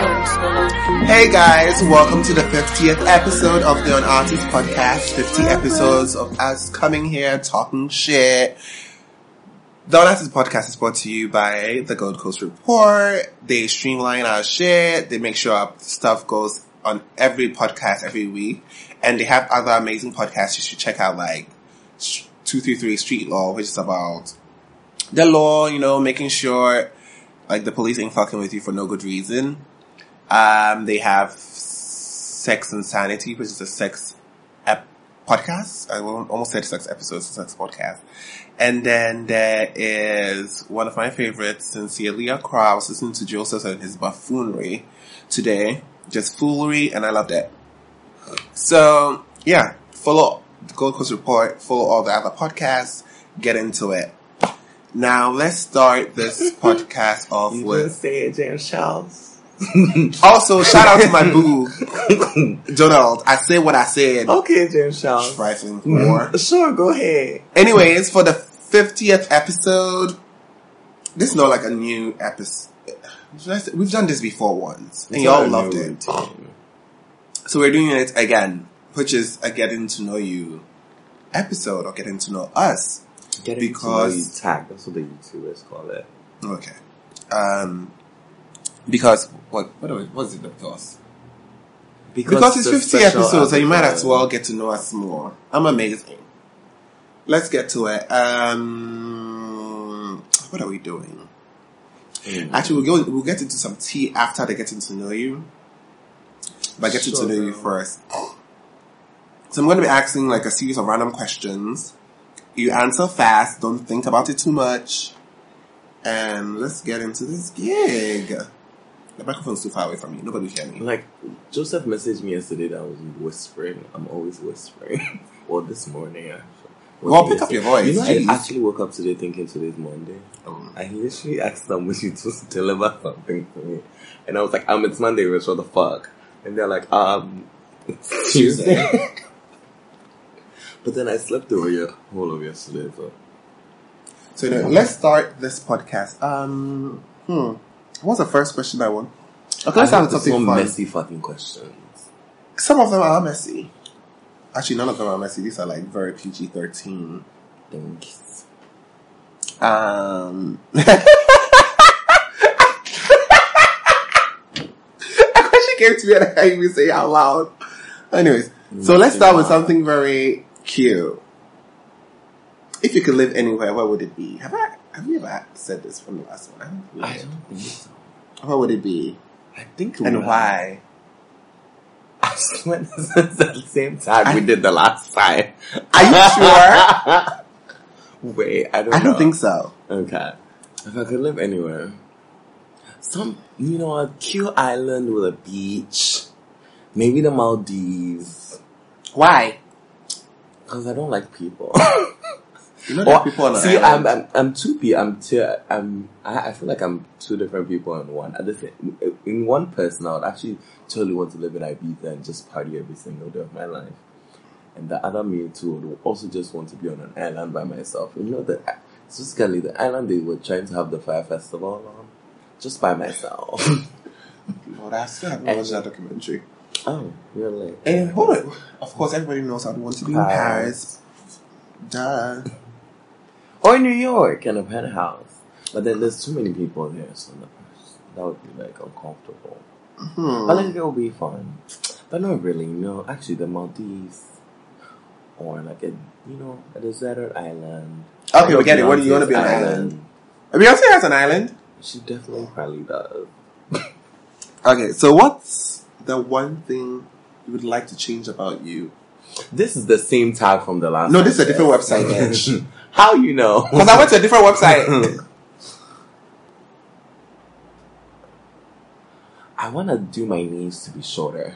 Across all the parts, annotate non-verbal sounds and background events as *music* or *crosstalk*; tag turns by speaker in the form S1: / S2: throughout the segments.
S1: Hey guys, welcome to the 50th episode of the On Artist Podcast. 50 episodes of us coming here talking shit. The On Artist Podcast is brought to you by the Gold Coast Report. They streamline our shit. They make sure our stuff goes on every podcast every week. And they have other amazing podcasts you should check out like 233 Street Law, which is about the law, you know, making sure like the police ain't fucking with you for no good reason. Um, they have Sex and Sanity, which is a sex ep- podcast. I al- almost said sex episodes, sex podcast. And then there is one of my favorites, Sincerely Accra. I was listening to Joseph and his buffoonery today. Just foolery, and I love that. So, yeah, follow the Gold Coast Report, follow all the other podcasts, get into it. Now, let's start this podcast off with
S2: say it, James Charles.
S1: also, shout out to
S2: *laughs*
S1: my boo, Donald. I said what I said.
S2: Okay, James Charles.
S1: Trifling more.
S2: Sure, go ahead.
S1: Anyways, for the 50th episode, this is not like a new episode. We've done this before once, and y'all loved it. So we're doing it again, which is a getting to know you episode or getting to know us.
S2: Getting
S1: Because-
S2: to know you tag. That's what the YouTubers call it.
S1: Okay. Um, because what what, are we, what is it? Because Because it's
S2: the
S1: 50
S2: special
S1: episodes, so you might
S2: episode-
S1: as well get to know us more. I'm amazing. Let's get to it. Um, what are we doing?
S2: Mm.
S1: Actually, we'll, go, we'll get into some tea after the getting to know you. But getting
S2: Sure,
S1: to know you
S2: girl.
S1: first. So I'm going to be asking like a series of random questions. You answer fast. Don't think about it too much. And let's get into this gig. The microphone's too far away from me. Nobody will hear me.
S2: Like, Joseph messaged me yesterday that I was whispering. I'm always whispering. *laughs* well, this morning, actually.
S1: Well, pick up your voice.
S2: You know, I
S1: Jeez.
S2: actually woke up today thinking today's Monday.
S1: Um,
S2: I literally asked somebody *laughs* to deliver something to me. And I was like, um, it's Monday, Rich, what the fuck? And they're like, um, *laughs* it's Tuesday. *laughs* but then I slept over your whole of yesterday, so.
S1: So anyway, let's start this podcast. Um, hmm. What's the first question I want? Okay, let's
S2: I
S1: start
S2: have
S1: with something
S2: some
S1: fun.
S2: messy fucking questions.
S1: Some of them are messy. Actually, none of them are messy. These are like very PG thirteen.
S2: Thanks.
S1: Um, *laughs* a question came to me and I can't even say it out loud. Anyways, so let's start with something very cute. If you could live anywhere, where would it be? Have I have you ever said this from the last one? I don't think we
S2: I
S1: did.
S2: don't think so.
S1: Where would it be?
S2: I think
S1: And
S2: we- *laughs*
S1: why?
S2: I just went at the same time we did the last time.
S1: Are you sure?
S2: *laughs* Wait, I don't
S1: I don't
S2: know.
S1: think so.
S2: Okay. If I could live anywhere, some you know a cute island with a beach, maybe the Maldives,
S1: Why?
S2: because I don't like people.
S1: You know there
S2: Or-
S1: are "Oh, people on an
S2: see, I'm,
S1: island.
S2: I'm I'm two pe I'm two. I'm I, I feel like I'm two different people in one. At the same, in one person, I would actually totally want to live in Ibiza and just party every single day of my life. And the other me too would also just want to be on an island by myself. You know that specifically the island they were trying to have the fire festival on, just by myself. *laughs*
S1: Well, I still haven't
S2: And-
S1: watched that documentary.
S2: oh, really?
S1: And hold on. Of course, everybody knows I'd want to be in Paris.
S2: Paris.
S1: Duh.
S2: or New York in a penthouse. But then there's too many people there, so that- that would be like uncomfortable.
S1: Hmm.
S2: I think it'll be fun. But not really, no. Actually, the Maldives. Or like a, you know, a deserted island.
S1: Okay,
S2: Or
S1: we get it. What do you wanna be on an
S2: Beyonce's
S1: island? Beyonce has an island.
S2: She definitely probably does.
S1: Okay, so what's the one thing you would like to change about *laughs* you?
S2: This is the same tag from the last
S1: No, this is a
S2: podcast.
S1: different website, bitch.
S2: *laughs* How you
S1: *laughs*
S2: know?
S1: Because I went to a different *laughs* website.
S2: I want to do my nails to be shorter.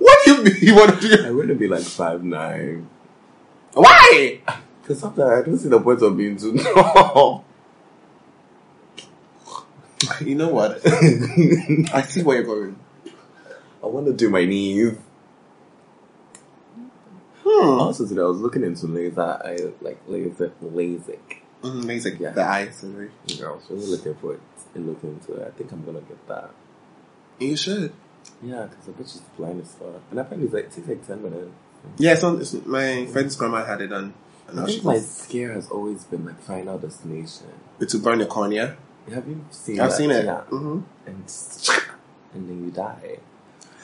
S1: what do you mean you want to do?
S2: I want to be like five nine. *laughs*
S1: Why?
S2: Because sometimes I don't see the point of being too *laughs* tall.
S1: You know *laughs* what?
S2: I
S1: I see where you're going.
S2: want to do my knees.
S1: Hmm.
S2: Also today I was looking into laser, I like laser, LASIK.
S1: Mm, amazing.
S2: Yeah.
S1: The eye surgery.
S2: You know, I was really looking for it and looking into it. I think I'm gonna get that.
S1: You should.
S2: Yeah, because the bitch is blind as fuck, and apparently it's like it takes like ten minutes.
S1: Yeah, it's on, it's, my friend's grandma had it done. And
S2: I
S1: now she
S2: think my
S1: goes,
S2: scare has always been like Final Destination.
S1: it's to burn the cornea.
S2: Have you seen?
S1: I've
S2: that?
S1: seen it.
S2: Yeah,
S1: hmm
S2: and and then you die.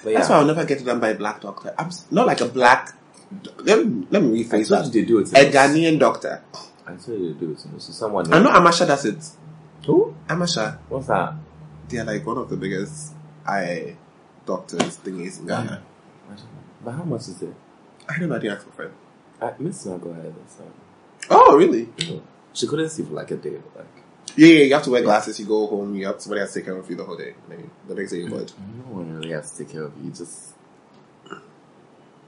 S2: But yeah,
S1: That's why I'll never get it done by a black doctor. I'm s- not like a black. Let me, let me
S2: I
S1: rephrase
S2: told you
S1: that.
S2: to do it. to
S1: A
S2: us.
S1: Ghanaian doctor.
S2: I told you to do it. to us. So someone.
S1: I know Amasha does it.
S2: Who?
S1: Amasha,
S2: What's that?
S1: they're like one of the biggest eye doctors thingies in Ghana.
S2: I don't know. But how much is it?
S1: I don't know. I didn't ask my friend.
S2: I, Miss Nago had it. So.
S1: Oh, really?
S2: She couldn't see for like a day. Like.
S1: Yeah, yeah. You have to wear glasses. You go home. You have somebody has to take care of you the whole day. I mean, the next day you're good.
S2: No one really has to take care of you. Just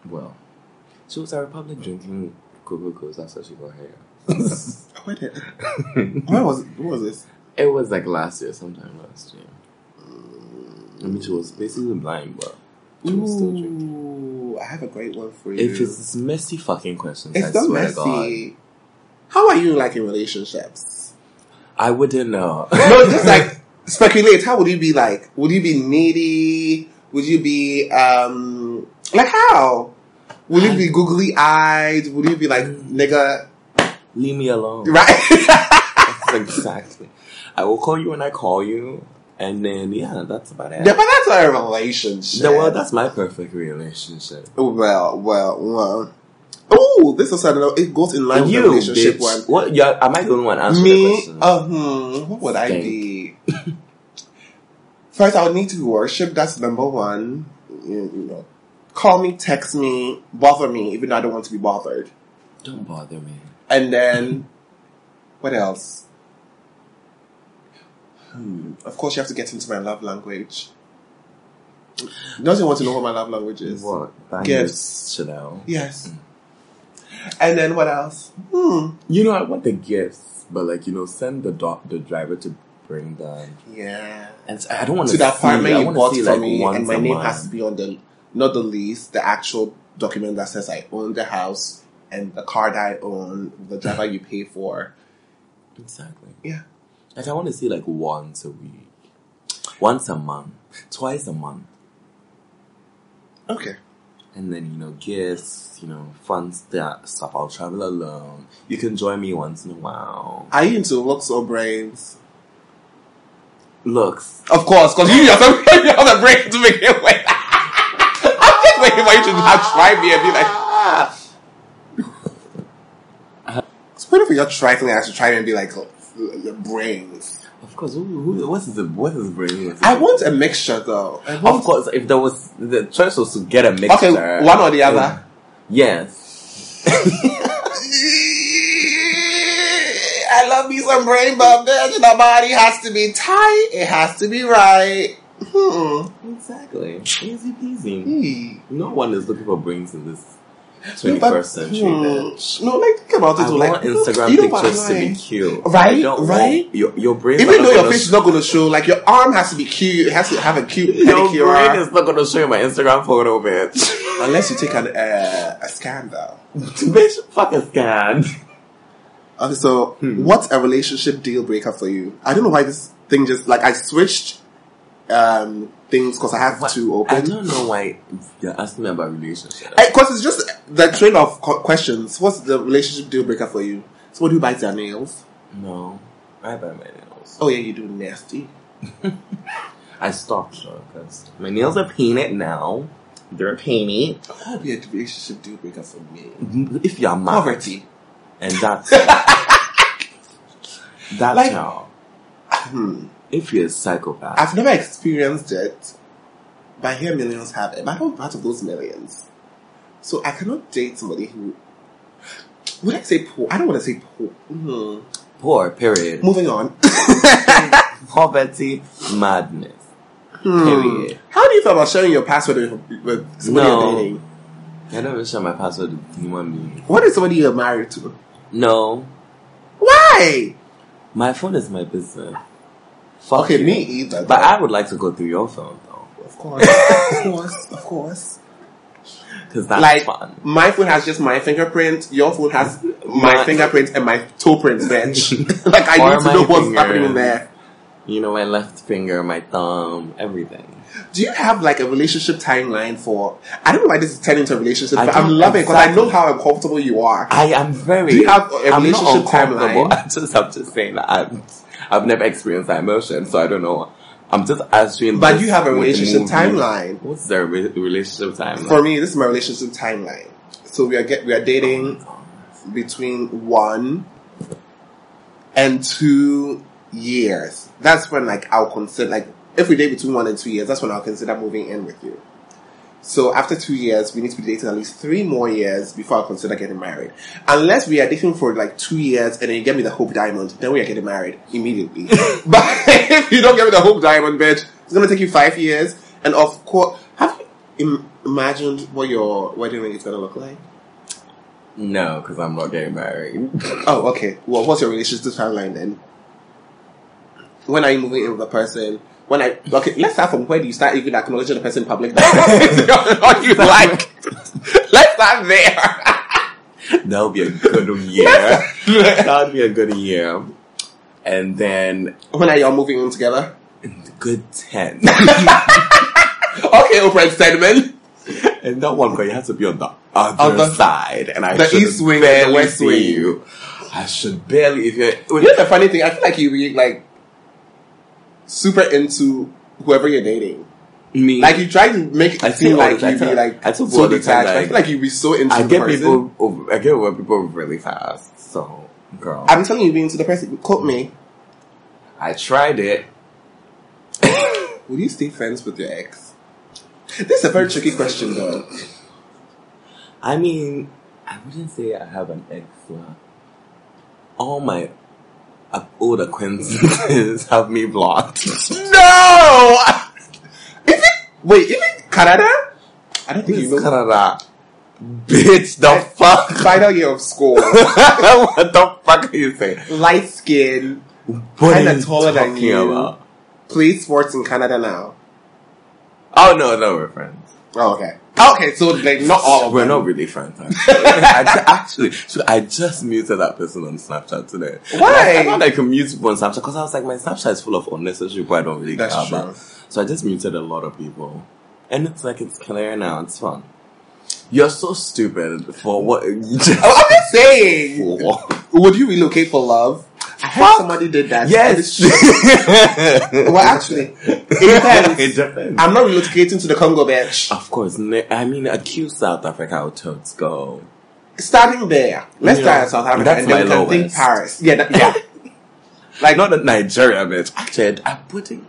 S2: well, she was at Republic drinking Coca Cola. That's how she got hair.
S1: Where *laughs* did? When was? When was this?
S2: it was like last year, sometime last year. I mean, she was basically blind, but she was still drinking.
S1: Ooh, I have a great one for you.
S2: If it's messy fucking questions, I
S1: It's so
S2: swear to
S1: messy. How are you like in relationships?
S2: God, I wouldn't know. *laughs*
S1: No, just like speculate. How would you be like? Would you be needy? Would you be um like how? Would you be googly eyed? Would you be like nigga?
S2: Leave me alone.
S1: Right? *laughs*
S2: exactly. I will call you when I call you, and then yeah, that's about it.
S1: yeah, but that's not a relationship.
S2: Yeah, well, that's my perfect relationship.
S1: well, well, well. Oh, this is another. It goes in line with the
S2: you,
S1: relationship
S2: bitch. What? Yeah, am I the only one answering
S1: one.
S2: the
S1: Me,
S2: question?
S1: uh, hmm, what would I be? First, I would need to worship. That's number one. You, you know, call me, text me, bother me, even though I don't want to be bothered.
S2: Don't bother me.
S1: And then, what else? Hmm. Of course, you have to get into my love language. Don't you want to know what my love language is?
S2: What? Bang
S1: Gifts.
S2: you, Chanel.
S1: Yes. And then what else? Hmm.
S2: You know, I want the gifts, but like you know, send the do- the driver to bring them.
S1: Yeah.
S2: And s- I don't want
S1: To the
S2: I
S1: apartment you
S2: wanna
S1: bought
S2: see,
S1: for
S2: like,
S1: me,
S2: once
S1: and my
S2: a
S1: name
S2: month.
S1: has to be on the not the lease, the actual document that says I own the house and the car that I own, the driver you pay for.
S2: exactly.
S1: Yeah.
S2: Like I want to see like once a week, once a month, twice a month,
S1: Okay.
S2: and then you know gifts, you know fun st- stuff. I'll travel alone. You can join me once in a while.
S1: Are you into looks or brains?
S2: Looks.
S1: Of course, because you yourself *laughs* you have the brain to make it work. *laughs* I'm just waiting for you to not try me and be like, *laughs* it's weird if you're trifling I should try and be like, your brains.
S2: Of course. Who, who, what's the what is the brain?
S1: I want a mixture though. I
S2: Of
S1: want-
S2: course, if there was the choice was to get a mixture,
S1: Okay, one or the other.
S2: Yes,
S1: *laughs* I love me some brain bump. The body has to be tight. It has to be right. Hmm.
S2: *laughs* exactly. Easy peasy.
S1: Hmm.
S2: No one is looking for brains in this
S1: No,
S2: twenty
S1: but-
S2: first century.
S1: hmm.
S2: bitch.
S1: No, like think about it.
S2: I
S1: though,
S2: want
S1: like
S2: Instagram
S1: you know what
S2: pictures to
S1: I'm
S2: be
S1: like?
S2: cute,
S1: Right,
S2: I don't want-
S1: right.
S2: your your brains, are
S1: Even though
S2: not
S1: your
S2: gonna
S1: face is
S2: sh-
S1: not going to show, like your arm has to be cute. It has to have a cute
S2: *laughs* your brain
S1: pedicure.
S2: is not gonna show in my Instagram
S1: *laughs*
S2: photo, bitch.
S1: Unless you take an, uh, a scan though.
S2: bitch, fuck a scan.
S1: Okay, so
S2: Hmm.
S1: what's a relationship deal breaker for you? I don't know why this thing just like I switched um, things because I have
S2: What?
S1: to
S2: I
S1: open.
S2: don't know why you're asking me about relationships.
S1: Because Eh, it's just the train of co- questions. What's the relationship deal breaker for you? Someone who bites their nails.
S2: no, I buy my nails.
S1: Oh yeah, you do nasty.
S2: I stopped though because my nails are painted now. They're painted.
S1: What would be a relationship deal breaker for me?
S2: If you're mad,
S1: Poverty.
S2: and
S1: *laughs*
S2: that's that's
S1: Like-
S2: how.
S1: Hmm.
S2: If you're a psychopath,
S1: I've never experienced it, but I hear millions have it. But I'm not part of those millions. So I cannot date somebody who. Would I say poor? I don't want to say poor. Mhm.
S2: poor period,
S1: Moving on. *laughs*
S2: poverty, madness. Period.
S1: Hmm. How do you feel about sharing your password with, with somebody
S2: No.
S1: you're dating?
S2: I don't even share my password with human beings.
S1: What is somebody you're married to?
S2: No,
S1: Why?
S2: my phone is my business. Fuck
S1: Okay,
S2: you.
S1: me either.
S2: But I would like to go through your phone though,
S1: Of course. of course. Of course.
S2: because because that's
S1: like
S2: fun.
S1: my phone has just my fingerprint, your phone has my,
S2: My-
S1: fingerprint and my toe print,
S2: *laughs*
S1: bitch. like I
S2: Or
S1: need to know
S2: my
S1: what's
S2: fingers.
S1: happening in there.
S2: You know, my left finger, my thumb, everything.
S1: Do you have like a relationship timeline for? I don't know why this is turning into a relationship,
S2: I
S1: but I'm
S2: don't-
S1: loving because I know
S2: exactly.
S1: how uncomfortable you are.
S2: I am very.
S1: Do you have a
S2: I'm not
S1: relationship
S2: uncomfortable.
S1: timeline?
S2: I just, I'm just saying that I've, I've never experienced that emotion, so I don't know. I'm just answering.
S1: But
S2: this
S1: you have a
S2: with
S1: relationship
S2: movies.
S1: timeline.
S2: What's the re- relationship timeline?
S1: For me, this is my relationship timeline. So we are get we are dating between one and two years. That's when like I'll consider like if we date between one and two years, that's when I'll consider moving in with you. So after two years, we need to be dating at least three more years before I consider getting married. Unless we are dating for like two years and then you get me the hope diamond, then we are getting married immediately. but if you don't get me the hope diamond, bitch, it's gonna take you five years. And of course, have you Im- imagined what your wedding ring is gonna look like?
S2: No, because I'm not
S1: *laughs*
S2: getting married.
S1: Oh, okay. Well, what's your relationship timeline then? When are you moving in with the person? When I okay, let's start from where do you start even acknowledging the person in public?
S2: *laughs*
S1: That's what you like. let's start there.
S2: That'll be a good year.
S1: *laughs*
S2: That'll be a good year. And then
S1: when are y'all moving in together?
S2: good ten.
S1: Okay, Oprah and Stedman.
S2: and that one girl, you have to be on the other
S1: Other-
S2: side. And I
S1: the
S2: should
S1: east wing and the
S2: barely
S1: west
S2: see
S1: wing.
S2: You. I should barely if you're
S1: You know the funny thing? I feel like you be like super into whoever you're dating.
S2: me.
S1: Like you try to make
S2: I
S1: it seem
S2: feel
S1: like
S2: all the
S1: you be
S2: time.
S1: like
S2: I took
S1: so
S2: all the time,
S1: detached. I
S2: like-
S1: feel like you be so into
S2: I
S1: the
S2: get
S1: person.
S2: people. Over, I get where people really fast. So girl,
S1: I'm telling you, be into the person. Quote me.
S2: I tried it.
S1: Would you stay friends with your ex? This is a very tricky question, though.
S2: I mean, I wouldn't say I have an ex. but All my uh, old acquaintances *laughs* have me blocked.
S1: No! Is it? Wait, is it Canada? I don't think
S2: Miss
S1: you know.
S2: Canada, bitch, the fuck, *laughs*
S1: Final year of school. *laughs*
S2: what the fuck are you saying?
S1: Light skin.
S2: What
S1: Kinda
S2: are you
S1: taller than
S2: talking
S1: you.
S2: about?
S1: Plays sports in Canada now.
S2: Oh no, no, we're friends.
S1: Oh, okay. Okay, so like not all of
S2: We're
S1: them.
S2: not really friends. Actually, *laughs* I ju- actually should I just muted that person on Snapchat today?
S1: Why?
S2: Like, I thought I could mute people on Snapchat because I was like, my Snapchat is full of unnecessary people I don't really
S1: That's
S2: care
S1: true.
S2: about. So I just muted a lot of people, and it's like it's clear now. It's fun. You're so stupid for what. you *laughs* just-
S1: Oh, I'm just saying.
S2: *laughs* for.
S1: Would you relocate for love? I heard
S2: Fuck.
S1: somebody did that. *laughs*
S2: Yes.
S1: Well, actually, it
S2: *laughs* It
S1: depends.
S2: depends.
S1: I'm not relocating to the Congo, bitch.
S2: Of course, ne- I mean, accuse South Africa or totes go.
S1: starting there. Let's start
S2: Yeah.
S1: in South Africa
S2: That's
S1: and then we
S2: my
S1: can think
S2: lowest.
S1: Paris. Yeah, that,
S2: *laughs*
S1: yeah. like
S2: Not a Nigeria bitch. Actually, I'm putting.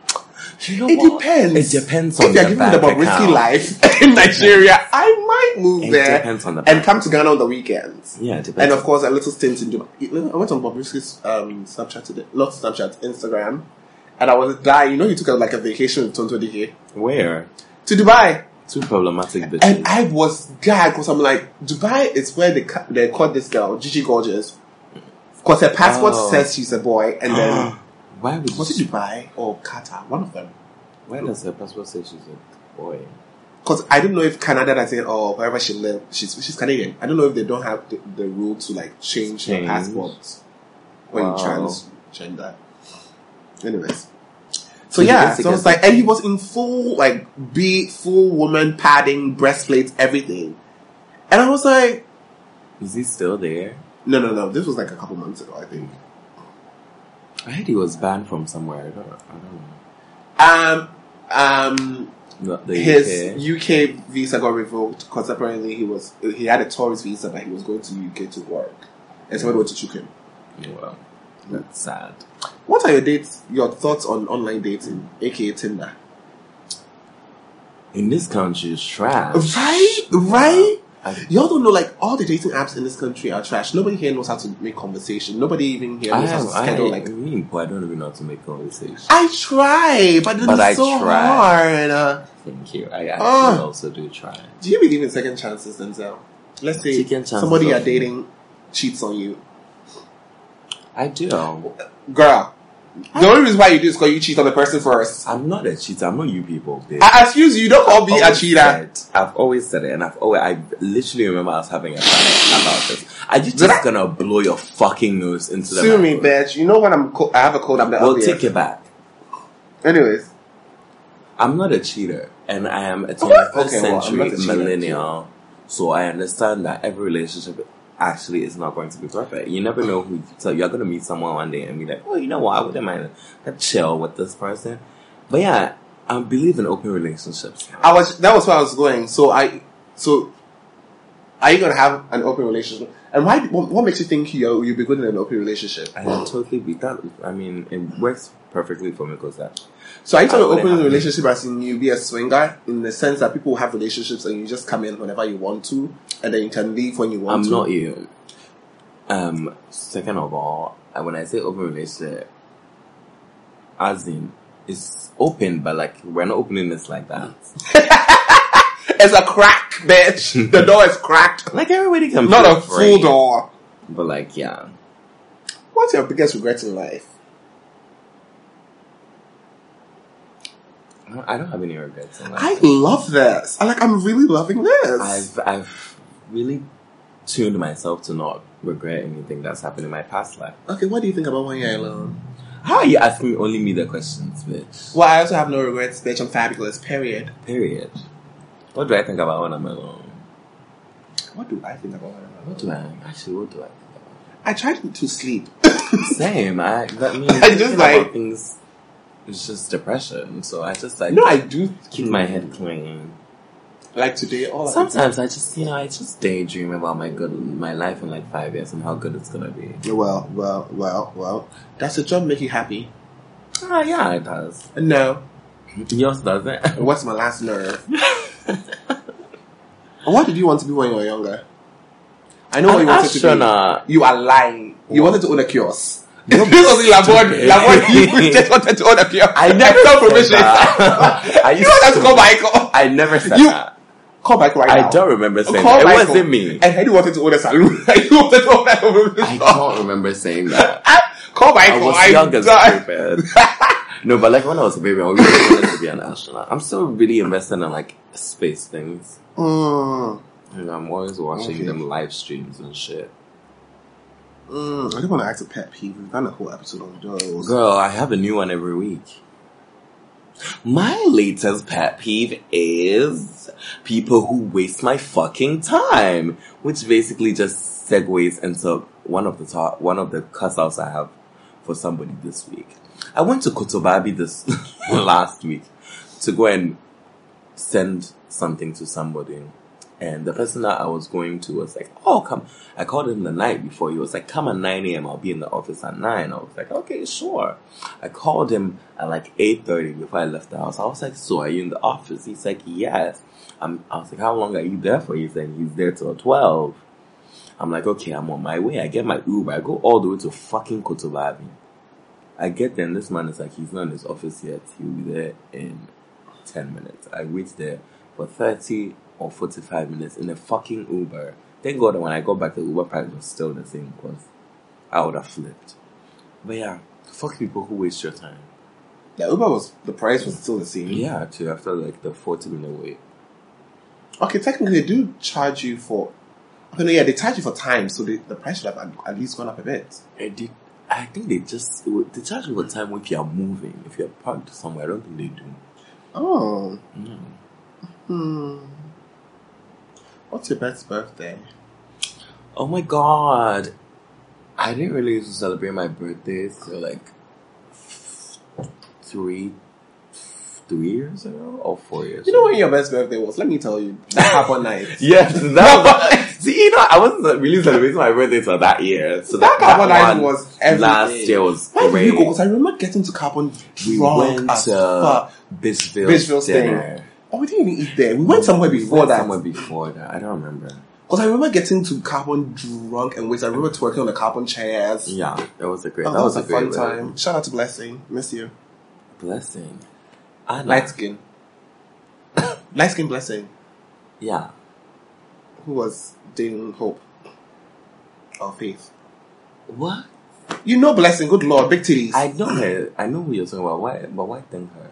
S2: You know
S1: it
S2: what?
S1: depends.
S2: It
S1: *laughs*
S2: depends
S1: if
S2: on
S1: you're
S2: the
S1: giving them
S2: bank
S1: a risky
S2: account.
S1: life *laughs* in Nigeria, I might move
S2: It
S1: there
S2: depends on the
S1: and
S2: bank.
S1: come to Ghana on the weekends.
S2: Yeah, it depends.
S1: And of course, a little stint in Dubai. You know, I went on Bob Risky's um, Snapchat today, not Snapchat, Instagram, and I was dying. You know, he took a, like a vacation with Tonto DK
S2: where
S1: to Dubai.
S2: two problematic bitches.
S1: And I was gagged because I'm like, Dubai is where they ca- they caught this girl, Gigi Gorgeous. Because her passport
S2: Oh. Ah.
S1: says she's a boy, and then
S2: *gasps* why would
S1: was
S2: you?
S1: it Dubai or Qatar? One of them.
S2: Why does her passport say she's a boy?
S1: Because I don't know if Canada doesn't, or wherever she lives, she's she's Canadian. I don't know if they don't have the, the rule to like change, her
S2: Change.
S1: passport when
S2: Wow.
S1: transgender. Anyways. So
S2: So you
S1: yeah,
S2: basically
S1: so I was like, and he was in full like big full woman padding, breastplates, everything, and I was like,
S2: Is he still there?
S1: No, no, no. This was like a couple months ago, I think.
S2: I heard he was banned from somewhere. I don't. I don't know.
S1: Um, um,
S2: Not the
S1: his
S2: UK.
S1: UK. visa got revoked because apparently he was he had a tourist visa, but he was going to UK to work, and somebody went to chook him.
S2: Well, that's sad.
S1: What are your dates? Your thoughts on online dating, aka Tinder?
S2: In this country, it's trash.
S1: Right, right.
S2: I-
S1: Y'all don't know, like all the dating apps in this country are trash. Nobody here knows how to make conversation. Nobody even here
S2: I
S1: knows how
S2: have,
S1: to
S2: I,
S1: schedule.
S2: I
S1: like,
S2: mean, boy, I don't even know how to make conversation.
S1: I try, but,
S2: But
S1: it's
S2: I
S1: so
S2: try.
S1: hard. Uh,
S2: Thank you. I actually
S1: Ah.
S2: also do try.
S1: Do you believe in second chances, Denzel? Let's say
S2: Second chances
S1: somebody you're
S2: of-
S1: dating cheats on you.
S2: I do.
S1: Girl, The only reason why you do is because you cheat on the person first.
S2: I'm not a cheater. I'm not you people. Babe.
S1: I excuse you, don't call me a
S2: always
S1: cheater.
S2: said- I've always said it, and I've always, I literally remember us having a fight about this. Are you
S1: Did I-
S2: just gonna blow your fucking nose into the
S1: Sue me,
S2: microphone?
S1: bitch. You know when I'm cold, I have a cold. I'm not
S2: Well,
S1: up here.
S2: take it back.
S1: Anyways,
S2: I'm not a cheater, and I am a
S1: Okay,
S2: 21st
S1: well, I'm
S2: century
S1: not a cheater,
S2: millennial, so I understand that every relationship actually is not going to be perfect. You never know who you tell. You're going to meet someone one day and be like, oh, you know what? I wouldn't mind a chill with this person. But yeah, I believe in open relationships.
S1: I was that was where I was going. So I so are you gonna have an open relationship? And why? What, what makes you think you you'll be good in an open relationship?
S2: I can totally be that. I mean, it works perfectly for me because that.
S1: So I you
S2: I
S1: talking
S2: wouldn't
S1: open
S2: have.
S1: relationship as in you be a swinger in the sense that people have relationships and you just come in whenever you want to and then you can leave when you want
S2: I'm
S1: to.
S2: not you. Um, second of all, uh, when I say open relationship, as in it's open, but like we're not opening this like that.
S1: It's a crack, *laughs* bitch. the door is cracked.
S2: Like everybody can
S1: Not
S2: feel
S1: a full
S2: free,
S1: door.
S2: but like yeah,
S1: What's your biggest regret in life?
S2: I don't- I don't have any regrets. In life.
S1: I love this. I like. I'm really loving this.
S2: I've I've really tuned myself to not regret anything that's happened in my past life.
S1: okay, what do you think about when you're alone?
S2: How are you asking only me the questions, bitch?
S1: Well, I also have no regrets, bitch. I'm fabulous. Period.
S2: Period. What do I think about when I'm alone?
S1: What do I think about when I'm
S2: What
S1: alone?
S2: do I actually? What do I think about?
S1: I tried to sleep. *laughs*
S2: Same. I that means
S1: I just
S2: thinking
S1: like-
S2: about things. It's just depression. So I just like
S1: no, I do
S2: keep my head clean.
S1: like today. All
S2: Sometimes I just you know I just daydream about my good my life in like five years and how good it's gonna be.
S1: I well, well, well, well. Does the job make you happy? Uh,
S2: Oh yeah, it does.
S1: No. Uh,
S2: Yours doesn't.
S1: What's my last
S2: *laughs*
S1: nerve? And what did you want to be when you were younger? I
S2: *laughs*
S1: know what
S2: An
S1: you wanted to
S2: astronaut.
S1: be. You are lying. You
S2: What?
S1: wanted to own a
S2: *laughs*
S1: kiosk.
S2: You're
S1: this was in *laughs* Labon.
S2: stupid.
S1: Labon, you just wanted to own a kiosk.
S2: I never
S1: no
S2: said
S1: permission. *laughs*
S2: that. *laughs* I
S1: you
S2: used
S1: don't have to
S2: to-
S1: call Michael.
S2: I never said
S1: You-
S2: that.
S1: Call Michael right now.
S2: I don't remember saying
S1: Call
S2: that. It
S1: Michael.
S2: wasn't me.
S1: And Henry wanted to own a saloon. *laughs* you wanted to own a
S2: I don't remember saying that.
S1: Call
S2: I
S1: Michael.
S2: was
S1: I'm
S2: young as
S1: done.
S2: stupid. *laughs* No, but like when I was a baby, I always wanted to be an astronaut. I'm still really invested in like space things.
S1: Mm,
S2: And I'm always watching
S1: Okay.
S2: them live streams and shit.
S1: mm, I don't want to ask a pet peeve. We've done a whole episode on those.
S2: Girl, I have a new one every week. My latest pet peeve is people who waste my fucking time, which basically just segues into one of the top, one of the cuss outs I have for somebody this week. I went to Kotobabi this *laughs* last week to go and send something to somebody. And the person that I was going to was like, Oh, come. I called him the night before. He was like, Come at 9 a.m. I'll be in the office at 9. I was like, Okay, sure. I called him at like 8.30 before I left the house. I was like, So are you in the office? He's like, Yes. I'm, I was like, How long are you there for? He's like, He's there till 12. I'm like, Okay, I'm on my way. I get my Uber. I go all the way to fucking Kotobabi. I get there, and this man is like, He's not in his office yet. He'll be there in 10 minutes. I wait there for 30 or 45 minutes in a fucking Uber. Thank God when I got back, the Uber price was still the same because I would have flipped. But yeah, fuck people who waste your time.
S1: The Uber was, the price was still the same.
S2: Yeah, too, after like the 40 minute wait.
S1: Okay, technically they do charge you for, okay, no, yeah, they charge you for time, so they, the price should have at- at least gone up a bit.
S2: I did. I think they just they charge you for time if you are moving. If you're parked somewhere, I don't think they do.
S1: Oh.
S2: No.
S1: Hmm. What's your best birthday?
S2: Oh my god. I didn't really used to celebrate my birthday till like f- three three years ago or four years
S1: You know when your best birthday was? Let me tell you. That happened night.
S2: Yes,
S1: *laughs*
S2: that was See, you know, I wasn't really celebrating my birthday till that year. So
S1: That
S2: that,
S1: carbon
S2: that
S1: island
S2: one
S1: was everything.
S2: last year was
S1: *laughs* Why did
S2: great.
S1: you go? Because I remember getting to Carbon
S2: we
S1: drunk
S2: went
S1: as
S2: to
S1: fuck.
S2: Bitchville,
S1: Bitchville's
S2: dinner.
S1: Oh, we didn't even eat there. We went somewhere
S2: We
S1: before
S2: went
S1: that.
S2: Somewhere before that, I don't remember.
S1: Because I remember getting to Carbon drunk and wait. I remember twerking on the Carbon chairs.
S2: Yeah, that was a great.
S1: Oh,
S2: that, was, a,
S1: fun
S2: great
S1: time. Shout out to Blessing. Miss you.
S2: Blessing. I
S1: Light
S2: like.
S1: skin. *coughs* Light skin Blessing.
S2: Yeah.
S1: Who was dating Hope. Or Faith.
S2: What?
S1: You know Blessing, good lord, big titties.
S2: I know her. I know who you're talking about. Why? But why thank her?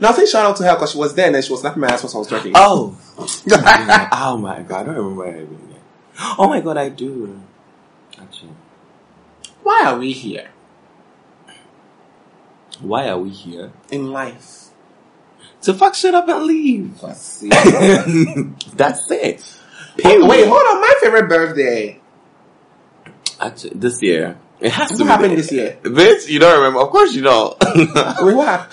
S1: Nothing shout out to her because she was there and then she was slapping my ass while I was twerking.
S2: Oh, *laughs*
S1: *laughs*
S2: oh my god! I don't remember her being there. Oh my god, I do. Actually,
S1: Why are we here?
S2: why are we here?
S1: In life.
S2: To fuck shit up and leave.
S1: Let's see.
S2: *laughs* That's it.
S1: Wait, wait, hold on. My favorite birthday.
S2: Actually, this year it has to
S1: What
S2: be
S1: happened
S2: there.
S1: this year?
S2: Bitch, you don't remember? Of course you *laughs* don't. if
S1: Wait, what happened?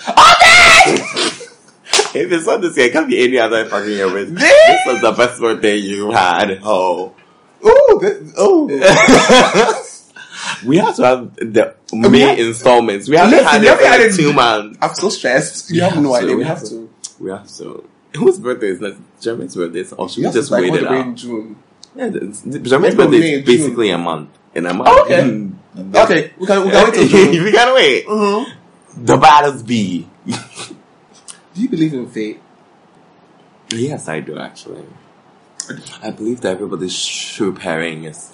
S2: *laughs* it's not this year, it can't be any other fucking year. Bitch.
S1: Bitch!
S2: This was the best birthday you had, ho.
S1: Ooh, th- ooh.
S2: *laughs* we have to have the May
S1: have-
S2: installments. We haven't
S1: Listen,
S2: had
S1: we haven't had
S2: it
S1: it-
S2: in two months.
S1: I'm so stressed. You
S2: We
S1: have
S2: have
S1: no
S2: to,
S1: idea. We
S2: we
S1: have
S2: have
S1: to.
S2: We have to. Whose birthday is next? Jeremy's birthday, is- or should
S1: We
S2: we
S1: have to
S2: just
S1: like
S2: wait
S1: all
S2: it
S1: the way in
S2: out?
S1: June.
S2: Yeah, it's- Jeremy's
S1: April,
S2: birthday
S1: May,
S2: is basically a month. In a month.
S1: Oh,
S2: *laughs*
S1: okay.
S2: Mm.
S1: Okay, we can we can wait
S2: *laughs*
S1: till June.
S2: we gotta wait.
S1: Mhm.
S2: The battles be.
S1: Do you believe in fate?
S2: *laughs* Yes, I do actually. I believe that everybody's true pairing is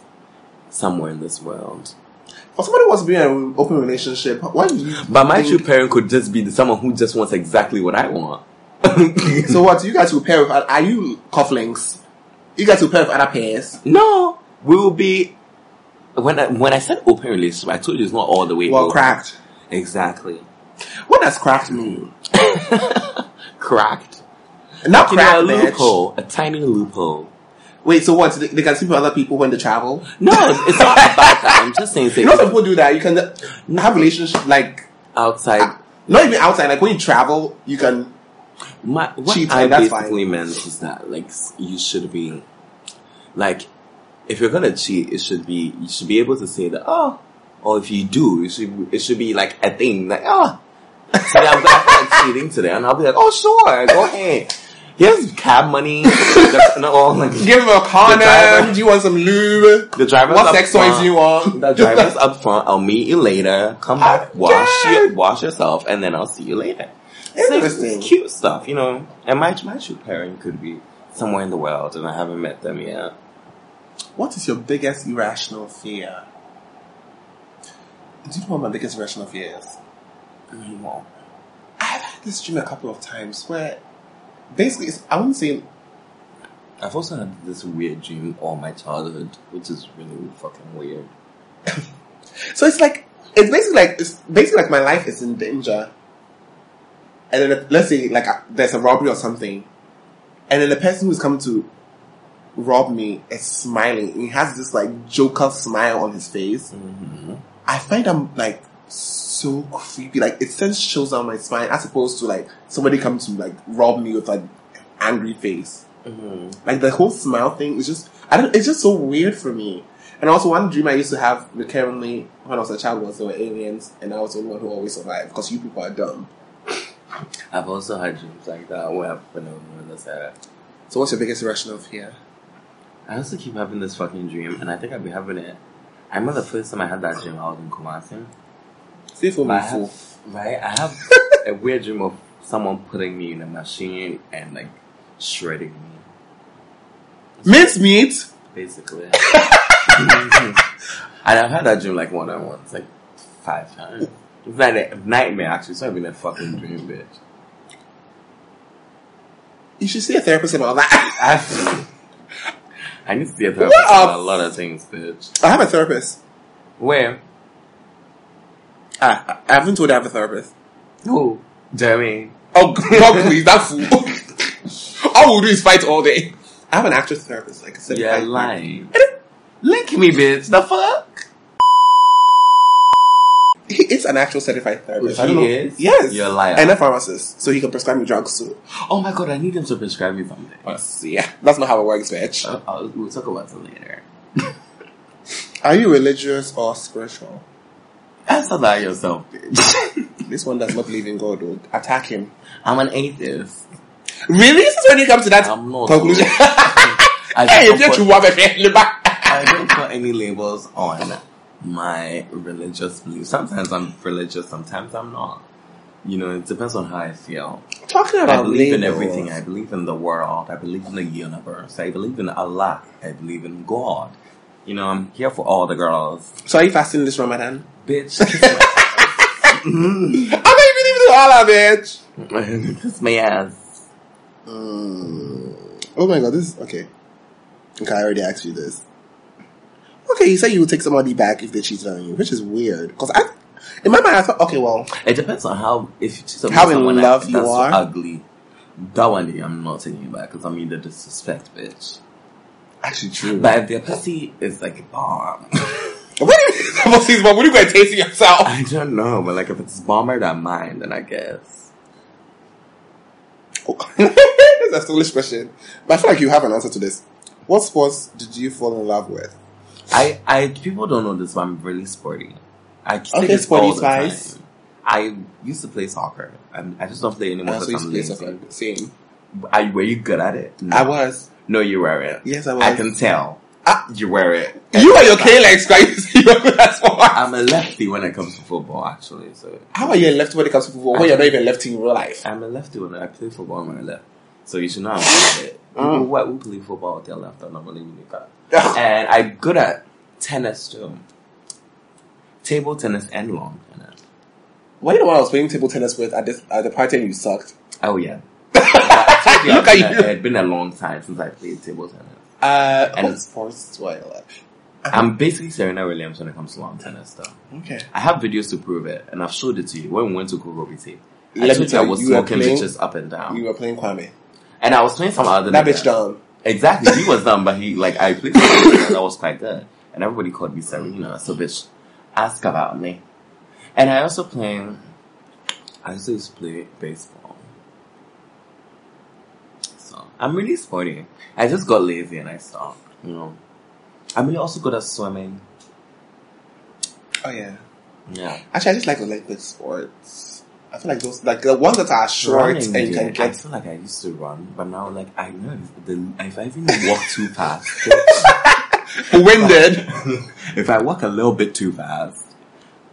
S2: somewhere in this world.
S1: For somebody who wants to be in an open relationship, why do you?
S2: But my true
S1: think-
S2: pairing could just be someone who just wants exactly what I
S1: *laughs*
S2: want. *laughs*
S1: So what? You guys will pair with? Are you cufflinks? You guys will pair with other pairs.
S2: no, we will be. When I, when I said open relationship, I told you it's not all the way.
S1: Well,
S2: open.
S1: cracked.
S2: Exactly.
S1: What does cracked mean?
S2: Cracked.
S1: Not
S2: You know, a
S1: cracked, bitch.
S2: loophole, a tiny loophole.
S1: Wait, so what? They, they can sleep with other people when they travel.
S2: No, it's it's not about that. *laughs* I'm just saying, say
S1: You know, some people do that. You can have relationship like
S2: outside.
S1: not even outside. Like when you travel, you can.
S2: My, what
S1: Cheap,
S2: I
S1: like, that's
S2: basically meant is that like s- you should be, like, if you're gonna cheat, it should be you should be able to say that oh, or if you do, it should it should be like a thing like oh, *laughs* today I'm gonna like cheating today, and I'll be like oh sure, go ahead. Here's cab money. *laughs* the, no, all, like,
S1: Give them a condom.
S2: driver-
S1: Do you want some lube?
S2: the driver's
S1: What
S2: up
S1: sex toys
S2: front.
S1: do you want?
S2: The driver's up front. I'll meet you later. Come
S1: I'm *laughs*
S2: back, wash
S1: dead.
S2: you, wash yourself, and then I'll see you later.
S1: *laughs* Interesting.
S2: It's cute stuff, you know. And my my true pairing could be somewhere in the world, and I haven't met them yet.
S1: What is your biggest irrational fear? Do you know what my biggest irrational fear is?
S2: No.
S1: I've had this dream a couple of times where basically it's, I wouldn't say
S2: I've also had this weird dream all my childhood, which is really fucking weird.
S1: so it's like it's basically like it's basically like my life is in danger and then if- let's say like uh, there's a robbery or something and then the person who's coming to rob me is smiling and he has this like joker smile on his face
S2: Mm-hmm.
S1: I find I'm like so creepy. Like it sends chills down my spine as opposed to like somebody come to like rob me with like angry face.
S2: Mm-hmm.
S1: Like the whole smile thing is just I don't it's just so weird for me. And also one dream I used to have recurrently when I was a child was there were aliens and I was the only one who always survived because you people are dumb.
S2: I've also had dreams like that where I've been over this era.
S1: So what's your biggest irrational fear?
S2: uh, I also keep having this fucking dream, and I think I've been having it. I remember the first time I had that dream, I was in Kumasi.
S1: Say for me
S2: I have,
S1: fool.
S2: right? I have a weird dream of someone putting me in a machine and like shredding me,
S1: Mince meat?
S2: basically. *laughs* and I've had that dream like more than once, like five times. It's like a nightmare, actually. It's not even a fucking dream, bitch.
S1: You should see a therapist about that. *laughs*
S2: I, I need to see a therapist
S1: What a-
S2: about a lot of things, bitch.
S1: I have a therapist.
S2: Where?
S1: Ah, I I haven't told you I have a therapist.
S2: Who? Jeremy.
S1: Oh *laughs* God, please, that fool. *laughs* all we'll do is fight all day. I have an actress therapist, like I said.
S2: Yeah,
S1: like-
S2: lying. Link me, bitch. The fuck?
S1: He is an actual certified therapist.
S2: He
S1: I don't know.
S2: is?
S1: Yes.
S2: You're a liar.
S1: And a pharmacist, so he can prescribe me drugs too.
S2: Oh my god, I need him to prescribe me something.
S1: So, yeah, that's not how it works, bitch.
S2: Uh, uh, we'll talk about it later.
S1: Are you religious or *laughs* spiritual?
S2: Answer that yourself, bitch.
S1: This one does not believe in God. Dude. Attack him.
S2: I'm an atheist.
S1: Really? This is when you come to that
S2: I'm not.
S1: conclusion.
S2: *laughs* I
S1: *laughs* hey,
S2: don't,
S1: you
S2: put,
S1: you want me?
S2: *laughs* I don't put any labels on my religious beliefs. Sometimes I'm religious, sometimes I'm not. You know, it depends on how I feel.
S1: Talking
S2: I
S1: about
S2: believe in
S1: labels.
S2: everything. I believe in the world. I believe in the universe. I believe in Allah. I believe in God. You know, I'm here for all the girls.
S1: So are you fasting this Ramadan?
S2: Bitch,
S1: I'm not even even do all that, bitch. *laughs*
S2: kiss my ass.
S1: Mm. Oh my god, this is okay. Okay, I already asked you this. Okay, you say you would take somebody back if they cheated on you, which is weird. Because I, in my mind, I thought, okay, well,
S2: It depends on how if you cheat on
S1: How in
S2: someone
S1: love
S2: that's
S1: you are.
S2: ugly. That one day I'm not taking it back because I mean the disrespect, bitch.
S1: actually, true. But,
S2: But if their pussy is like a bomb,
S1: what
S2: *laughs*
S1: do you mean? Almost sees one. What are you going to taste it yourself? *laughs*
S2: I don't know. But like if it's bomber than mine, then I guess.
S1: That's a foolish question. But I feel like you have an answer to this. What sports did you fall in love with?
S2: I, I people don't know this, but I'm really sporty. I say
S1: Okay,
S2: this
S1: sporty
S2: all the
S1: spice.
S2: time. I used to play soccer. I'm, I just don't play anymore
S1: Also, you
S2: because I'm
S1: play
S2: lazy.
S1: soccer. Same.
S2: Are, were you good at it? No.
S1: I was.
S2: No, you weren't.
S1: Yes, I was.
S2: I can tell.
S1: Ah.
S2: you wear it.
S1: you are your K-legs, guys. *laughs* you are good at sports.
S2: I'm a lefty when it comes to football, actually. So
S1: How are you a lefty when it comes to football? When you're not even lefty in real life.
S2: I'm a lefty when I play football on my left. So you should know I'm good at it. People
S1: Mm.
S2: who- who play football with their left are normally really good. *laughs*
S1: *sighs*
S2: And I'm good at tennis too. Table tennis and long tennis.
S1: Why you the one I was playing table tennis with at this at the party and you sucked?
S2: Oh yeah. *laughs* I told you,
S1: Look
S2: I've
S1: at
S2: been a-
S1: you.
S2: it had been a long time since I played table tennis.
S1: Uh,
S2: And-
S1: what sports do I love?
S2: I'm basically Serena Williams when it comes to long tennis, though.
S1: Okay.
S2: I have videos to prove it, and I've showed it to you when we went to Kurobi I
S1: Let me
S2: told you I
S1: tell you,
S2: was
S1: you were
S2: smoking
S1: playing-
S2: bitches up and down,
S1: You were playing Kwame.
S2: and I was playing some other.
S1: That
S2: nigga.
S1: bitch dumb.
S2: Exactly, he was dumb, but he like I played. that was quite good, and everybody called me Serena. So bitch, ask about me. And I also play. I also used to play baseball. So I'm really sporty. I just got lazy and I stopped. You know, I'm really also good at swimming.
S1: Oh yeah.
S2: Yeah,
S1: Actually, I just like Olympic sports. I feel like those, like the ones that are short
S2: Running,
S1: and you
S2: yeah.
S1: can
S2: I
S1: get.
S2: feel like I used to run, but now like I know if, the, if I even walk too fast,
S1: *laughs* Winded.
S2: *laughs* if I walk a little bit too fast,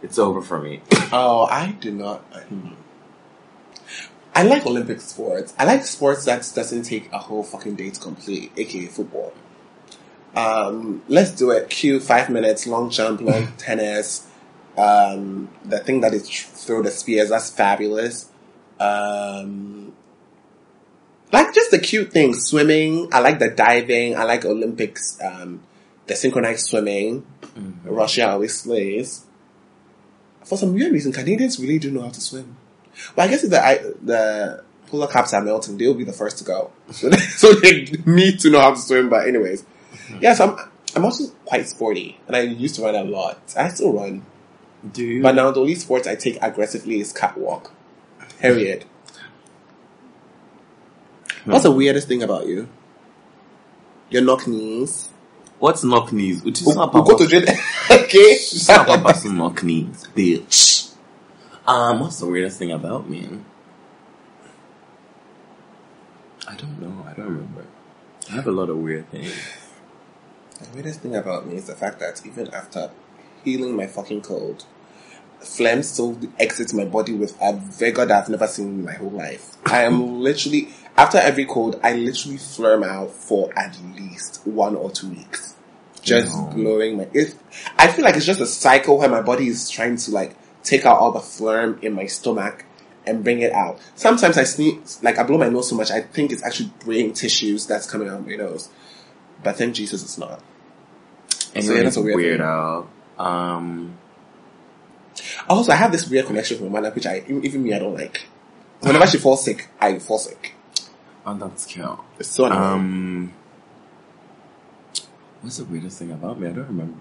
S2: it's over for me.
S1: Oh, I do not. hmm. I like Olympic sports. I like sports that doesn't take a whole fucking day to complete, aka football. Um, let's do it. Cue five minutes, long jump, long tennis. Um, the thing that is tr- throw the spears, that's fabulous. Um, like just the cute things, swimming. I like the diving. I like Olympics, um, the synchronized swimming. Russia always slays. For some weird reason, Canadians really do know how to swim. But I guess if the I, the polar caps are melting, they'll be the first to go. *laughs* So they, so they need to know how to swim. But anyways,
S2: Mm-hmm.
S1: yeah. So I'm I'm also quite sporty, and I used to run a lot. I still run,
S2: Do you?
S1: but now the only sports I take aggressively is catwalk. Period. What's the weirdest thing about you? Your knock knees.
S2: What's knock knees? Which is
S1: We
S2: not
S1: go to
S2: Papa.
S1: jail. *laughs* okay.
S2: It's not Papa's knock knees, bitch. Um, what's the weirdest thing about me? I don't know. I don't remember. I have a lot of weird things.
S1: The weirdest thing about me is the fact that even after healing my fucking cold, phlegm still exits my body with a vigor that I've never seen in my whole life. I am literally, after every cold, I literally phlegm out for at least one or two weeks. Just
S2: Wow.
S1: blowing my, it's, I feel like it's just a cycle where my body is trying to like take out all the phlegm in my stomach and bring it out. Sometimes I sneeze, like I blow my nose so much, I think it's actually brain tissues that's coming out of my nose. But thank Jesus it's not.
S2: Anyway,
S1: that's a weird thing.
S2: weirdo. Um,
S1: Also, I have this weird connection with my mother, which I even me I don't like. Whenever she falls sick, I fall sick.
S2: oh, that's cute.
S1: It's so annoying.
S2: Um, what's the weirdest thing about me? I don't remember.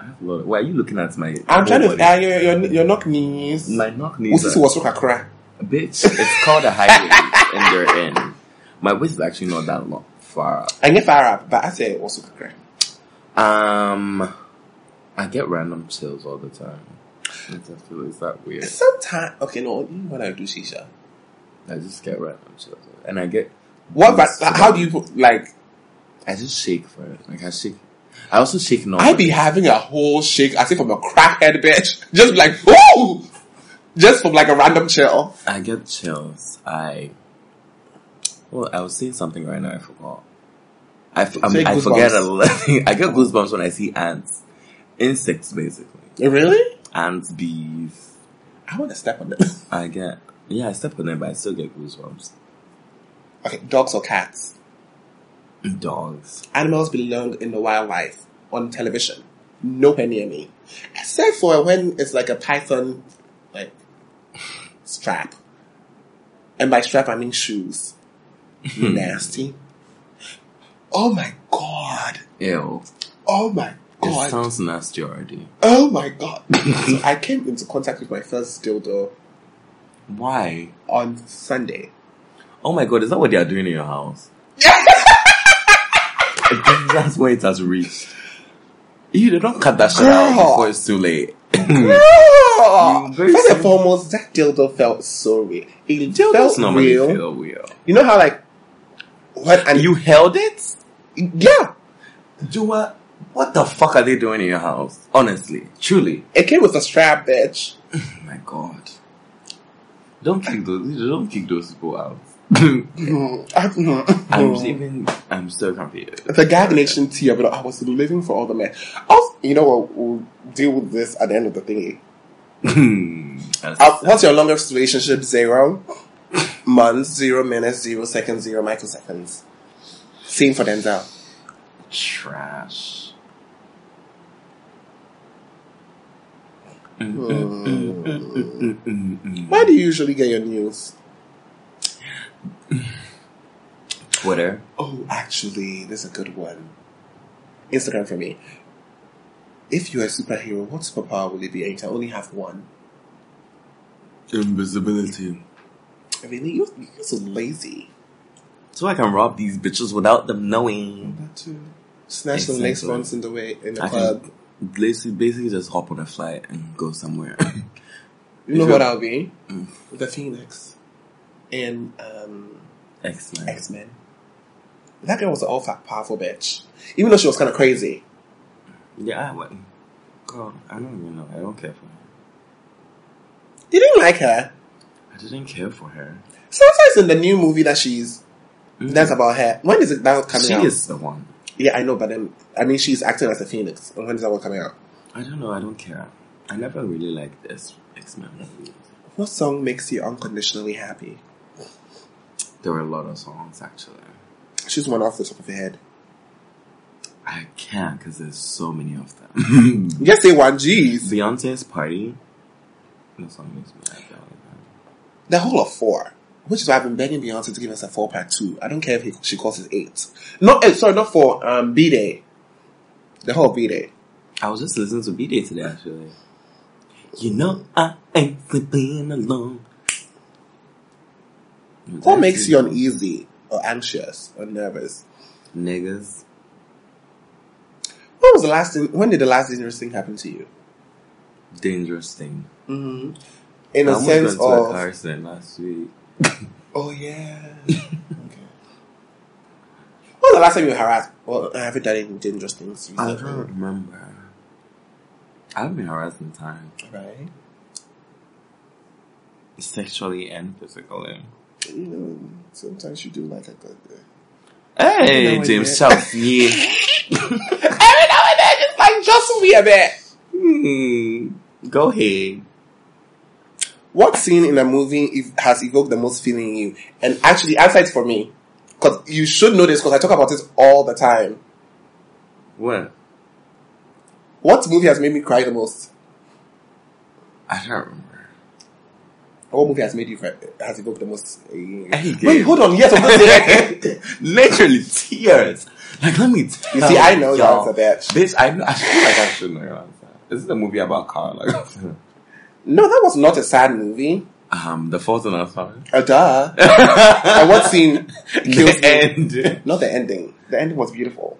S2: I have a lot. Of, why are you looking at my?
S1: I'm trying
S2: whole
S1: to
S2: body?
S1: uh, your your your knock knees.
S2: My knock knees.
S1: Usisi
S2: are-
S1: was Oh, so kakra.
S2: bitch, it's
S1: *laughs*
S2: called a highway, and you're in. My waist is actually not that long, far up.
S1: I get fire up, but I say it was so kakra.
S2: Um, I get random chills all the time. I just feel is that weird.
S1: Sometimes, okay, no, even when I do shisha,
S2: I just get random chills, and I get.
S1: what? But
S2: goosebumps.
S1: how do you put- like?
S2: I just shake for it. Like I shake. I also shake normally.
S1: I be having a whole shake, as if I'm a crackhead bitch, *laughs* just like ooh, just from like a random chill.
S2: I get chills. I well, I was saying something right now. I forgot. I, f- I'm-
S1: Take
S2: I forget a
S1: goosebumps.
S2: lot. I get goosebumps when I see ants, insects basically,
S1: Really?
S2: ants, bees.
S1: I want to step on them.
S2: I get yeah, I step on them, but I still get goosebumps.
S1: *laughs* okay, dogs or cats?
S2: Dogs.
S1: Animals belong in the wildlife on television. Nowhere near me. Except for when it's like a python, like, strap. And by strap, I mean shoes.
S2: Hmm.
S1: Nasty. Oh my god.
S2: Ew.
S1: Oh my
S2: It
S1: god.
S2: sounds nasty already.
S1: oh my god. so I came into contact with my first dildo
S2: Why?
S1: on Sunday.
S2: Oh my god, is that what they are doing in your *laughs* house? That's where it has reached. You they don't cut that shit out
S1: Girl.
S2: before it's too late. *laughs*
S1: Ah!
S2: Hmm. You very
S1: First and
S2: sim-
S1: foremost, that dildo felt so real. It
S2: Dildos
S1: felt
S2: normally
S1: real.
S2: feel real.
S1: You know how like what and
S2: You held it?
S1: yeah,
S2: Jua, what the fuck are they doing in your house? Honestly, truly.
S1: it came with a strap, bitch.
S2: Oh my god. Don't kick those. Don't kick those people *laughs* out.
S1: Mm-hmm. *laughs*
S2: I'm
S1: I'm
S2: even. I'm so confused.
S1: It's a gag nation tear, but I was living for all the men. Oh, you know what? We'll deal with this at the end of the thingy.
S2: Hmm. That's-
S1: Uh, what's your longest relationship? Zero months, zero minutes, zero seconds, zero microseconds. Same for Denzel.
S2: trash.
S1: Where do you usually get your news?
S2: Twitter.
S1: Oh, actually, this is a good one. Instagram for me. If you're a superhero, what superpower will it be? And you can only have one.
S2: Invisibility.
S1: Really? You, you're so lazy.
S2: So I can rob these bitches without them knowing.
S1: That too. Snatch the next
S2: Exactly.
S1: ones in the way in the
S2: I
S1: club.
S2: can basically, basically just hop on a flight and go somewhere.
S1: You know
S2: If
S1: what
S2: you-
S1: I'll be?
S2: Mm.
S1: The Phoenix in um,
S2: X Men.
S1: X Men. That girl was an all fact powerful bitch. Even though she was kind of crazy.
S2: Yeah, I would. Girl, I don't even know. I don't care for her.
S1: You didn't like her.
S2: I didn't care for her.
S1: Sometimes in the new movie that she's
S2: Mm.
S1: that's about her. When is it that coming
S2: she
S1: out?
S2: is the one.
S1: Yeah, I know, but then I mean, she's acting as a phoenix. And when is that one coming out?
S2: I don't know. I don't care. I never really liked this X Men movie.
S1: What song makes you unconditionally happy?
S2: There were a lot of songs actually.
S1: Choose one off the top of your head.
S2: I can't because there's so many of them. *laughs*
S1: Just say one, jeez.
S2: Beyonce's party. No song makes me happy. I like that.
S1: The whole of four. Which is why I've been begging Beyonce to give us a four part two. I don't care if he, she calls it eight. No, eight, sorry, not four. Um, B Day. The whole B Day.
S2: I was just listening to B Day today actually. You know I ain't sleeping alone.
S1: What makes you uneasy or anxious or nervous?
S2: niggas?
S1: When was the last thing, when did the last dangerous thing happen to you?
S2: Dangerous thing.
S1: Mm-hmm. In
S2: I
S1: a
S2: almost
S1: sense
S2: got into a
S1: of,
S2: car accident last week.
S1: oh yeah. okay. *laughs* When was the last time you were harassed? Well, I haven't done any dangerous things.
S2: I
S1: recently.
S2: don't remember. I've been harassed in time,
S1: Right.
S2: sexually and physically.
S1: you know, sometimes you do like a good
S2: *laughs*
S1: day. Every now
S2: Hey,
S1: and
S2: James
S1: then. *laughs*
S2: Charles, yeah.
S1: Every now and then, just like just me a bit.
S2: Hmm. Go ahead.
S1: What scene in a movie if, has evoked the most feeling in you? And actually, answer it for me, because you should know this, because I talk about this all the time.
S2: What?
S1: What movie has made me cry the most?
S2: I don't *laughs* remember.
S1: Or What movie has made you cry, has evoked the most? in you?
S2: Endgame.
S1: Wait, hold on. Yes, I'm gonna
S2: *laughs*
S1: say that.
S2: Literally tears. Like, let me tell
S1: You see, I know your
S2: y'all.
S1: answer, bitch.
S2: Bitch, I, know, *laughs* I feel like I should know your answer. This is a movie about car. Like, *laughs*
S1: No, that was not a sad movie.
S2: um, the fourth and I'm sorry. *laughs*
S1: A duh. and what scene kills
S2: The
S1: me?
S2: end. *laughs*
S1: Not the ending. The ending was beautiful.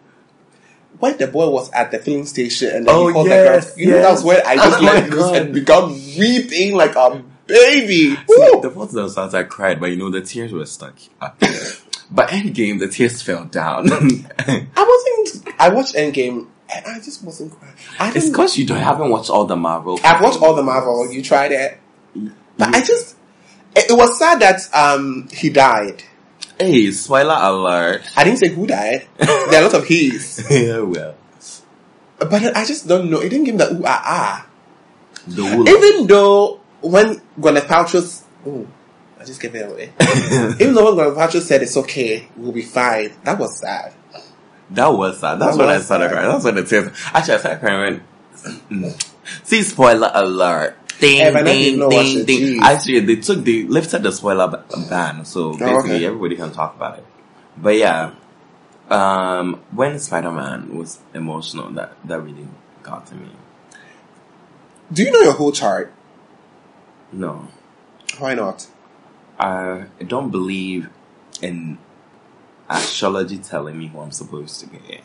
S1: When the boy was at the filling station and then
S2: Oh,
S1: he called
S2: yes,
S1: the girl, you know,
S2: yes.
S1: that's when I just
S2: Oh, my
S1: let loose and
S2: God.
S1: began weeping like a baby.
S2: See,
S1: Woo!
S2: the fourth and I'm sorry, I cried, but you know, the tears were stuck up there. *laughs* But Endgame, the tears fell down. *laughs*
S1: I wasn't. I watched Endgame and I just wasn't crying. I
S2: it's
S1: didn't.
S2: because you don't, haven't watched all the Marvel.
S1: I've watched all the Marvel. You tried it, but I just. It, it was sad that um he died.
S2: Hey, spoiler alert.
S1: I didn't say who died. There are a lot of he's.
S2: yeah, well.
S1: But then I just don't know. It didn't give him that ooh ah ah.
S2: The wool.
S1: Even though when Gwyneth Paltrow's ooh, I just gave it away. Even though when Gwyneth Paltrow said it's okay, we'll be fine. That was sad.
S2: *laughs* That was sad. That's
S1: That
S2: when I
S1: was
S2: started
S1: sad.
S2: crying. That's when the tears. Actually, I started crying when. *clears throat* See, spoiler alert. Ding,
S1: Yeah, but not even
S2: ding,
S1: know what's the
S2: ding, ding.
S1: gist.
S2: Actually, they took the lifted the spoiler ba- ban, so basically
S1: Oh, okay.
S2: everybody can talk about it. But yeah, um, when Spider Man was emotional, that that really got to me.
S1: Do you know your whole chart?
S2: No,
S1: Why not?
S2: I don't believe in astrology telling me who I'm supposed to be.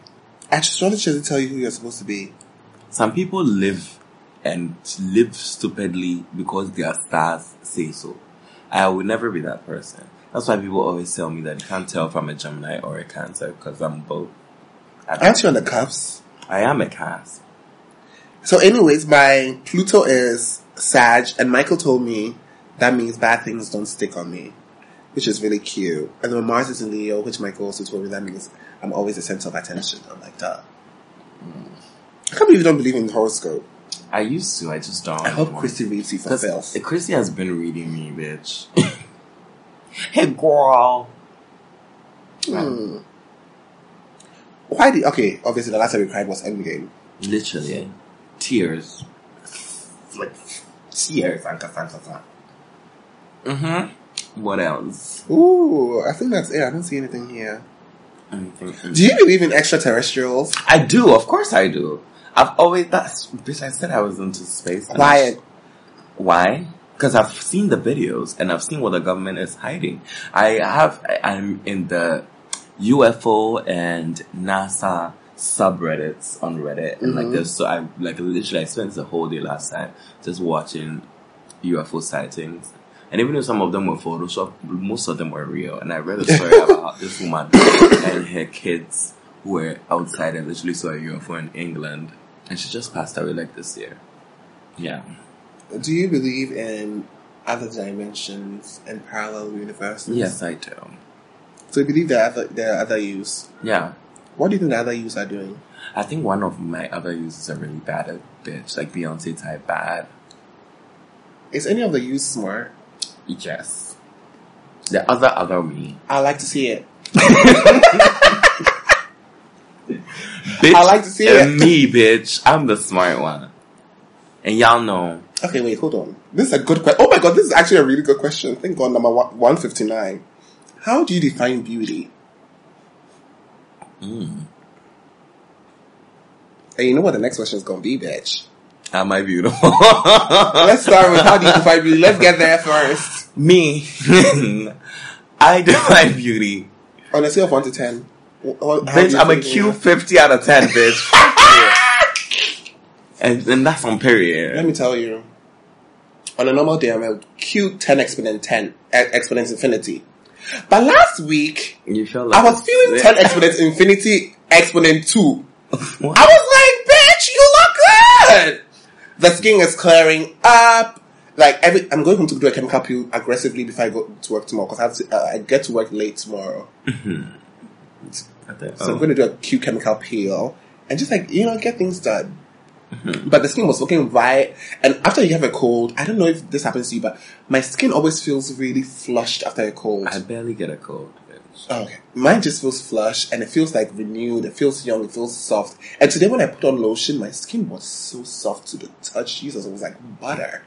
S1: Astrology doesn't tell you who you're supposed to be.
S2: Some people live and live stupidly because their stars say so. I will never be that person. That's why people always tell me that you can't tell if I'm a Gemini or a Cancer because I'm both. I,
S1: Aren't you on the cuffs?
S2: I am a Cas.
S1: So, anyways, my Pluto is Sag, and Michael told me that means bad things don't stick on me, which is really cute. And then Mars is in Leo, which Michael also told me that means I'm always the center of attention. I'm like, duh. I can't believe you don't believe in horoscope.
S2: I used to. I just don't.
S1: I hope Christy reads you for fails.
S2: Because Christy has been reading me,
S1: *laughs*
S2: bitch. hey, girl.
S1: Hmm. Why did okay? Obviously, the last time we cried was Endgame.
S2: Literally. Tears. Like, tears. Anka, anka, anka. Mm-hmm. What else?
S1: Ooh, I think that's it. I don't see anything here.
S2: Anything else?
S1: Do you believe in extraterrestrials?
S2: I do, of course I do. I've always that's bitch. I said I was into space. and
S1: Quiet.
S2: I- Why? Because I've seen the videos and I've seen what the government is hiding. I have. I- I'm in the UFO and NASA subreddits on Reddit, and like
S1: Mhm.
S2: there's so I like literally I spent the whole day last night just watching UFO sightings. And even though some of them were photoshopped, most of them were real. And I read a story about this woman and her kids who were outside and literally saw a UFO in England. And she just passed away like this year. Yeah.
S1: Do you believe in other dimensions and parallel universes?
S2: Yes, I do.
S1: So you believe there are other, there are other youths.
S2: um, Yeah.
S1: What do you think the other youths are doing?
S2: I think one of my other users are really bad at bitch, like Beyonce type bad.
S1: Is any of the youths smart?
S2: Yes. The other other me.
S1: I like to see it.
S2: Bitch,
S1: I like to see
S2: and me, bitch. I'm the smart one. And y'all know.
S1: Okay, wait, hold on. This is a good question. Oh my god, this is actually a really good question. Thank God, number one, 159. How do you define beauty?
S2: Mm.
S1: And you know what the next question is going to be, bitch.
S2: Am I beautiful? *laughs*
S1: Let's start with how do you define beauty? Let's get there first.
S2: me. *laughs* I define beauty.
S1: On a scale of 1 to 10. wh- wh- how do
S2: bitch,
S1: you
S2: I'm a
S1: think-
S2: Q50 out of 10,
S1: *laughs*
S2: bitch. and, and that's on
S1: Let
S2: period.
S1: me tell you. On a normal day, I'm a cute 10 exponent 10, e- exponent infinity. But last week,
S2: You feel like
S1: I was feeling 10
S2: *laughs*
S1: exponent infinity exponent 2.
S2: What?
S1: I was like, bitch, you look good! The skin is clearing up. Like, every, I'm going home to do a chemical peel aggressively before I go to work tomorrow because I, have to- uh, I get to work late tomorrow.
S2: I think-
S1: So
S2: oh.
S1: I'm going to do a cute chemical peel and just like, you know, get things done.
S2: Mm-hmm.
S1: But the skin was looking right. And after you have a cold, I don't know if this happens to you, but my skin always feels really flushed after a cold.
S2: I barely get a cold, bitch.
S1: Oh, okay. Mine just feels flush and it feels like renewed. It feels young. It feels soft. And today when I put on lotion, my skin was so soft to the touch. Jesus, it was like butter.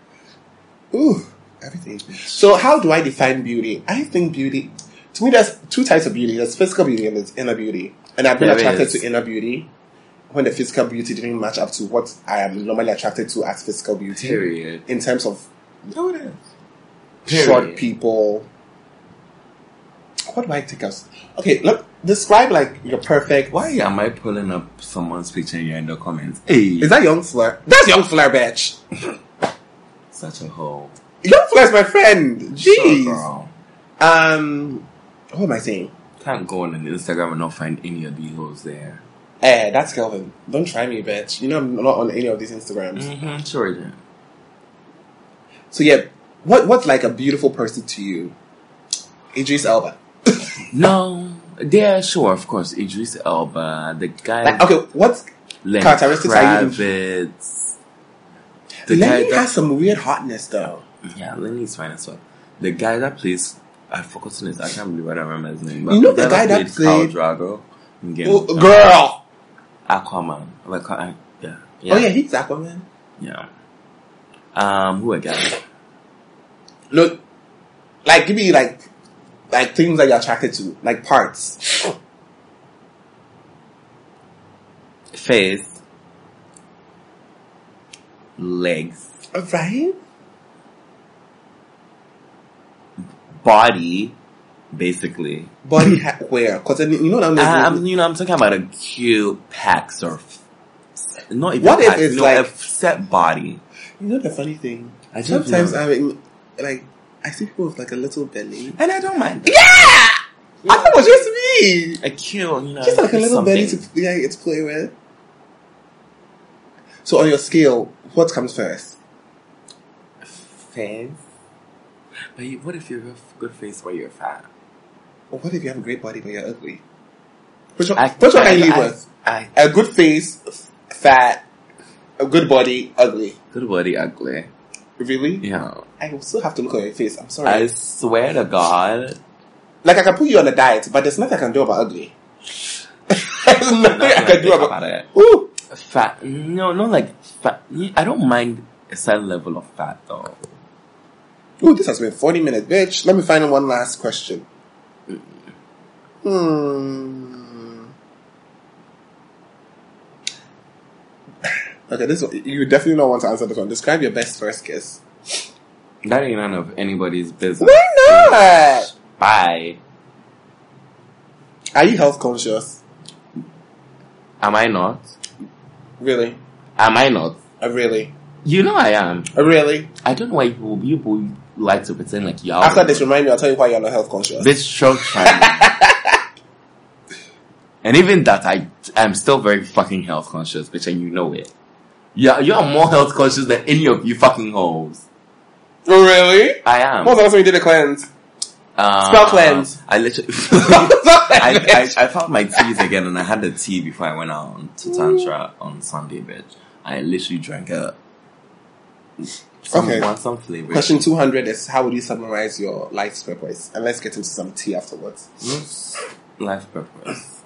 S1: Ooh, everything. So how do I define beauty? I think beauty, to me, there's two types of beauty. There's physical beauty and there's inner beauty. And I've been
S2: There
S1: attracted
S2: is.
S1: to inner beauty when the physical beauty didn't match up to what I am normally attracted to as physical beauty.
S2: Period.
S1: In terms of
S2: No, it is.
S1: short people. What do I take us? Okay, look, describe like your perfect.
S2: Why am I pulling up someone's picture here in the comments? Hey,
S1: Is that Young Flair? That's Young Flair, bitch.
S2: such a hoe.
S1: Young Flair's my friend.
S2: Sure,
S1: Jeez.
S2: girl.
S1: um, what am I saying?
S2: Can't go on an Instagram and not find any of these hoes there.
S1: Eh, that's Kelvin. Don't try me, bitch. You know I'm not on any of these Instagrams.
S2: Mm-hmm. Sure, yeah.
S1: So yeah, what what's like a beautiful person to you? Idris Elba.
S2: No, yeah, sure, of course. Idris Elba, the guy.
S1: Like, okay, what's
S2: Lenny
S1: characteristics are you-
S2: Kravitz. The
S1: Lenny
S2: guy that,
S1: has some weird hotness though.
S2: yeah, Lenny's fine as well. The guy that plays, I've forgotten his. I can't believe I don't remember his name. But
S1: You know the guy that
S2: Khal
S1: played-
S2: Drago in Game
S1: Oh,
S2: of Thrones.
S1: girl.
S2: Aquaman. Like, I- yeah, yeah,
S1: Oh yeah, he's Aquaman.
S2: yeah. Um, who again?
S1: Look, like give me like like things that you're attracted to, like parts.
S2: Face, legs,
S1: Right?
S2: body, basically.
S1: *laughs* Body ha- where? Because you know what
S2: I,
S1: I'm
S2: I'm, you know, I'm talking about a cute pecs or f- not even
S1: What if
S2: pecs,
S1: it's
S2: you know,
S1: like-
S2: a set body.
S1: You know the funny thing?
S2: I don't
S1: Sometimes
S2: know.
S1: I mean, like I see people with like a little belly.
S2: and I don't mind.
S1: I thought it was just me.
S2: A cute, you know,
S1: Just like a little
S2: Uh, something.
S1: belly to yeah, to play with. So on your scale, what comes first?
S2: face. But you, what if you have a good face while you're fat?
S1: Or what if you have a great body but you're ugly? Which one,
S2: I-
S1: which one
S2: I-
S1: can you live
S2: I-
S1: with?
S2: I
S1: A good face, f- fat, a good body, ugly.
S2: good body ugly.
S1: Really?
S2: Yeah,
S1: I will still have to look at your face. I'm sorry.
S2: I swear to God,
S1: like I can put you on a diet, but there's nothing I can do about ugly. *laughs* there's nothing I can do about.
S2: about it.
S1: Ooh,
S2: Fat? No, not like fat. I don't mind a certain level of fat though.
S1: ooh, this has been 40 minutes, bitch. Let me find one last question. Hmm. Okay, this one, you definitely don't want to answer this one. Describe your best first kiss.
S2: That ain't none of anybody's business.
S1: Why not?
S2: Bye.
S1: Are you health conscious?
S2: Am I not?
S1: Really?
S2: Am I not?
S1: Uh, really?
S2: You know I am.
S1: Uh, really?
S2: I don't know why people, people like to pretend like y'all.
S1: After this, remind me. I'll tell you why you're not health conscious.
S2: this show channel. *laughs* and even that, I am still very fucking health conscious, bitch, and you know it. Yeah, you are more health conscious than any of you fucking hoes.
S1: really?
S2: I am.
S1: What was the last time you did a cleanse?
S2: Uh,
S1: Spell cleanse. *laughs*
S2: I *laughs* literally. I,
S1: I,
S2: I, I found my teeth again, and I had the tea before I went out on to Tantra on Sunday, bitch. I literally drank a some,
S1: Okay.
S2: one, some flavor.
S1: Question 200 is how would you summarize your life's purpose? And let's get into some tea afterwards.
S2: Life purpose.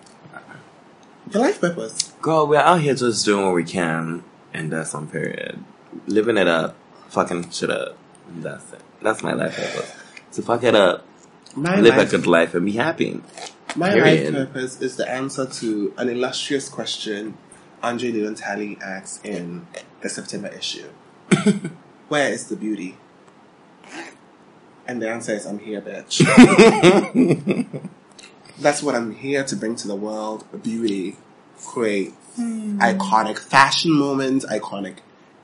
S1: Your life purpose?
S2: Girl, we're out here just doing what we can, and that's on period. Living it up, fucking shit up. And that's it. That's my life purpose. To fuck it up,
S1: My,
S2: live
S1: life,
S2: a good life, and
S1: *laughs*
S2: be happy.
S1: my life
S2: period.
S1: purpose is the answer to an illustrious question Andre Leon Talley asks in the September
S2: *laughs*
S1: issue Where is the beauty? And the answer is I'm here,
S2: *laughs*
S1: bitch. That's what I'm here to bring to the world beauty, great, iconic fashion moments, iconic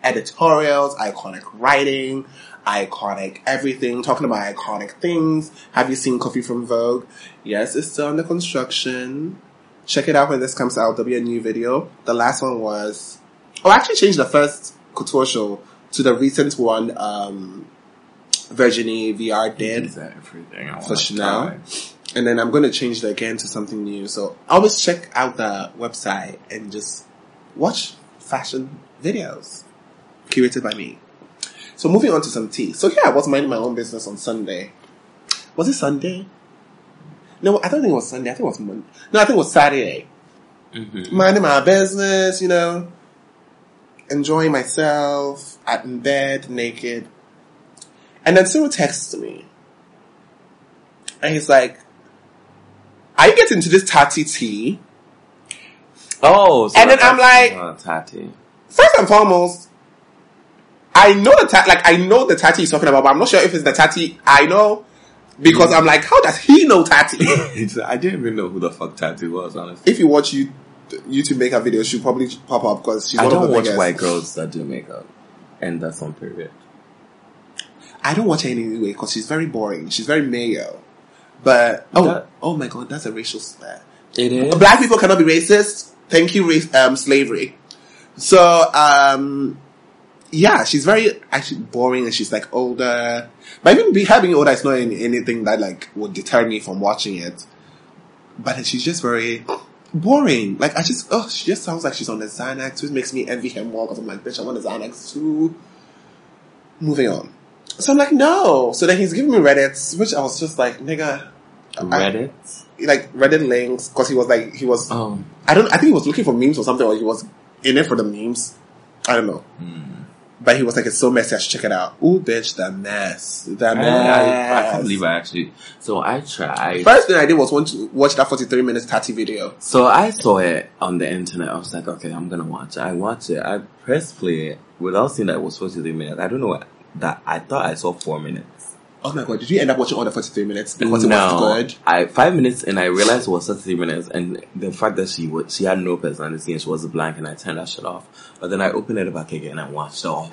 S1: editorials, iconic writing, iconic everything, talking about iconic things. Have you seen Coffee from Vogue? Yes, it's still under construction. Check it out when this comes out. There'll be a new video. The last one was, oh, I actually changed the first couture show to the recent one, um, Virginie VR did
S2: Is that everything? I wanna
S1: for
S2: try?
S1: Chanel. And then I'm going to change that again to something new. So always check out the website and just watch fashion videos curated by me. So moving on to some tea. So yeah, I was minding my own business on Sunday. Was it Sunday? No, I don't think it was Sunday. I think it was Monday. No, I think it was Saturday.
S2: Mhm.
S1: Minding my business, you know, enjoying myself, at in bed, naked. And then Cyril texts me. And he's like, Are you getting to this tatty tea?
S2: Oh, so
S1: And then
S2: that's
S1: I'm
S2: actually not *laughs* tatty.
S1: First and foremost, I know the ta- like I know the tatty he's talking about, but I'm not sure if it's the tatty I know. Because
S2: Mm.
S1: I'm like, how does he know tatty? *laughs*
S2: It's- I didn't even know who the fuck Tati was, honestly.
S1: if you watch you YouTube makeup videos, she'll probably pop up because she's
S2: I
S1: one
S2: don't
S1: of the
S2: watch
S1: biggest.
S2: white girls that do makeup. And that's on period.
S1: I don't watch her anyway because she's very boring. She's very mayo. But oh,
S2: That-
S1: oh my god, that's a racial slur.
S2: It is?
S1: Black people cannot be racist. Thank you, ra- um, slavery. So, um, yeah, she's very actually boring, and she's like older. But even be, her being older is not any, anything that like would deter me from watching it. but she's just very boring. Like I just, oh, she just sounds like she's on the Xanax, which makes me envy her more because I'm like, bitch, I want a Xanax too. Moving on. So I'm like, no. So then he's giving me Reddit, which I was just like, nigga,
S2: Reddit.
S1: like Reddit links, because he was like, he was,
S2: Oh,
S1: I don't, I think he was looking for memes or something, or he was in it for the memes. I don't know.
S2: Hmm.
S1: But he was like, it's so messy, I should check it out. Ooh, bitch, the mess. The
S2: I,
S1: mess.
S2: Ah, I, I can't believe I actually. So I tried.
S1: First thing I did was want to watch that 43 minutes Tati video.
S2: So I saw it on the internet. I was like, okay, I'm gonna watch it. I watched it. I pressed play without seeing that it was 43 minutes. I don't know what that. I thought I saw four minutes.
S1: Oh my god, did you end up watching all the 43 minutes? Because it
S2: no,
S1: was good.
S2: I five minutes and I realized it was 33 minutes. And the fact that she was, she had no personality and she was blank, and I turned that shit off. But then I opened it back again and I watched it all.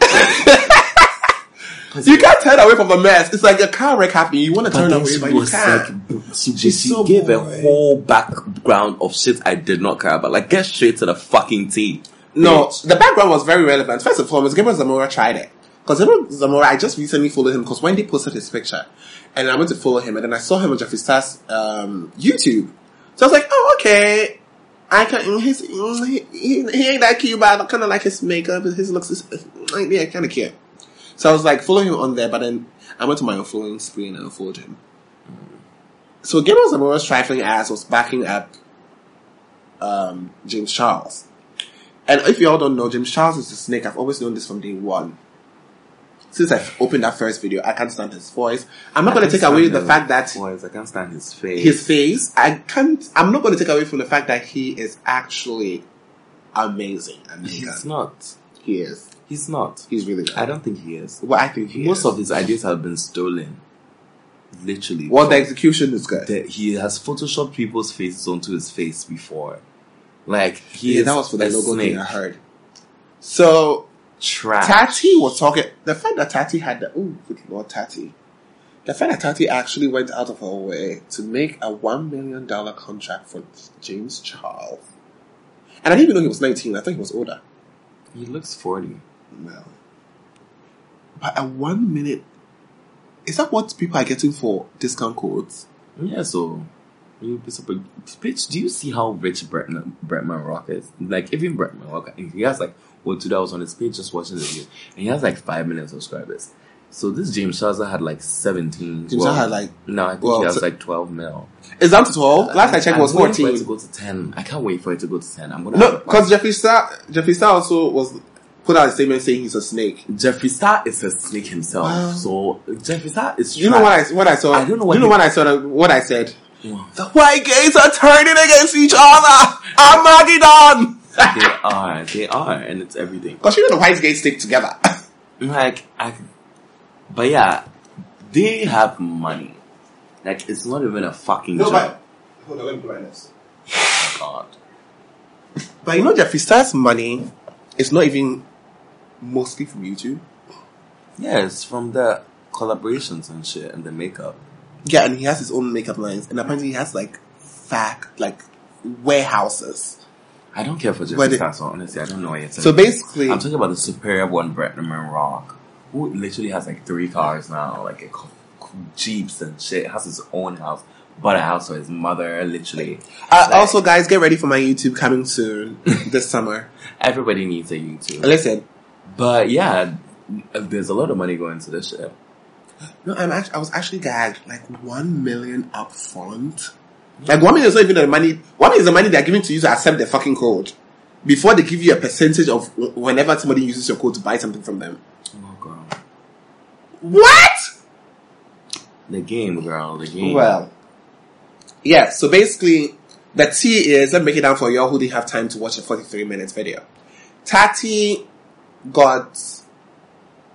S1: You can't turn away from the mess. It's like a car wreck happening. You want to
S2: But
S1: turn
S2: then
S1: away,
S2: she
S1: but you
S2: was
S1: can't.
S2: like, b- she,
S1: She's
S2: she
S1: so
S2: gave a
S1: boring.
S2: whole background of shit I did not care about. Like, get straight to the fucking tea.
S1: no,
S2: bitch.
S1: the background was very relevant. First and foremost, Gabriel Zamora tried it. Because Gabriel Zamora, I just recently followed him because Wendy posted his picture. And I went to follow him and then I saw him on Jeffree Star's um, YouTube. So I was like, oh, okay. I can, mm, his, mm, he, he, he ain't that cute, but I kind of like his makeup. His looks is, mm, yeah, kind of cute. So I was like, follow him on there, but then I went to my unfollowing screen and unfollowed him. So Gabriel Zamora's trifling ass was backing up um, James Charles. And if y'all don't know, James Charles is a snake. I've always known this from day one. Since I opened that first video, I can't stand his voice. I'm not going to take away the fact that
S2: Boys, I can't stand his face.
S1: his face. I can't. I'm not going to take away from the fact that he is actually amazing.
S2: He's
S1: Amazing.
S2: not.
S1: He is.
S2: He's not.
S1: He's really good.
S2: I don't think he is.
S1: Well, I think he
S2: Most
S1: is.
S2: of his ideas have been stolen. Literally.
S1: well, the execution is good.
S2: The- he has photoshopped people's faces onto his face before. Like, he
S1: yeah,
S2: is
S1: that was for the
S2: a
S1: logo
S2: snake.
S1: thing I heard. So
S2: Trash.
S1: Tati was talking. The fact that Tati had the oh, good lord, Tati. The fact that Tati actually went out of her way to make a one million dollar contract for James Charles, and I didn't even know he was nineteen. I thought he was older.
S2: He looks 40.
S1: Well, but a one minute. Is that what people are getting for discount codes?
S2: Hmm? Yeah, so you be super. Bitch, do you see how rich Brett, Brett Rock is? Like, even Brett Rock, he has like, well, dude, I was on his page just watching the video, and he has like 5 million subscribers. So this James Shaza had like 17.
S1: James Shaza had, like-
S2: No, I think
S1: well,
S2: he has
S1: so-
S2: like 12 mil.
S1: It's down to twelve. Last I checked, it
S2: I'm
S1: was
S2: waiting For
S1: fourteen.
S2: it to go to 10. I can't wait for it to go to 10. I'm gonna.
S1: No,
S2: have a party.
S1: because Jeffree Star, Jeffree Star also was put out a statement saying he's a snake.
S2: Jeffree Star is a snake himself.
S1: Wow.
S2: So, Jeffree Star is.
S1: You know what I what I saw?
S2: I don't know what
S1: you know
S2: he-
S1: what I saw. What I said.
S2: Wow.
S1: The white gays are turning against each other. Armageddon. *laughs*
S2: They are. They are. And it's everything.
S1: Because you know the white gays stick together. *laughs*
S2: like I, but yeah, they have money. Like it's not even a fucking job.
S1: hold on, let me put my notes.
S2: God.
S1: But you know Jeffree Star's money is not even mostly from YouTube.
S2: Yeah, it's from the collaborations and shit and the makeup.
S1: Yeah, and he has his own makeup lines, and apparently he has like fact like warehouses.
S2: I don't care for
S1: But
S2: Jeffree
S1: it-
S2: Star, so honestly, I don't know what you're
S1: So
S2: talking.
S1: basically,
S2: I'm talking about the superior one, Brett Rock, who literally has like three cars now, like a co- co- jeeps and shit. Has his own house, bought a house for his mother. Literally,
S1: uh,
S2: Like,
S1: also guys, get ready for my YouTube coming soon this summer.
S2: everybody needs a YouTube.
S1: Listen,
S2: But yeah, there's a lot of money going to this shit.
S1: No, I'm actually, I was actually gagged. Like one million upfront. Like one million is not even the money. One million is the money they're giving to you to accept the fucking code before they give you a percentage of wh- whenever somebody uses your code to buy something from them.
S2: Oh girl.
S1: What?
S2: The game, girl, the game.
S1: Well, yeah. So basically, the tea is let me break it down for y'all who didn't have time to watch a forty-three minutes video. Tati got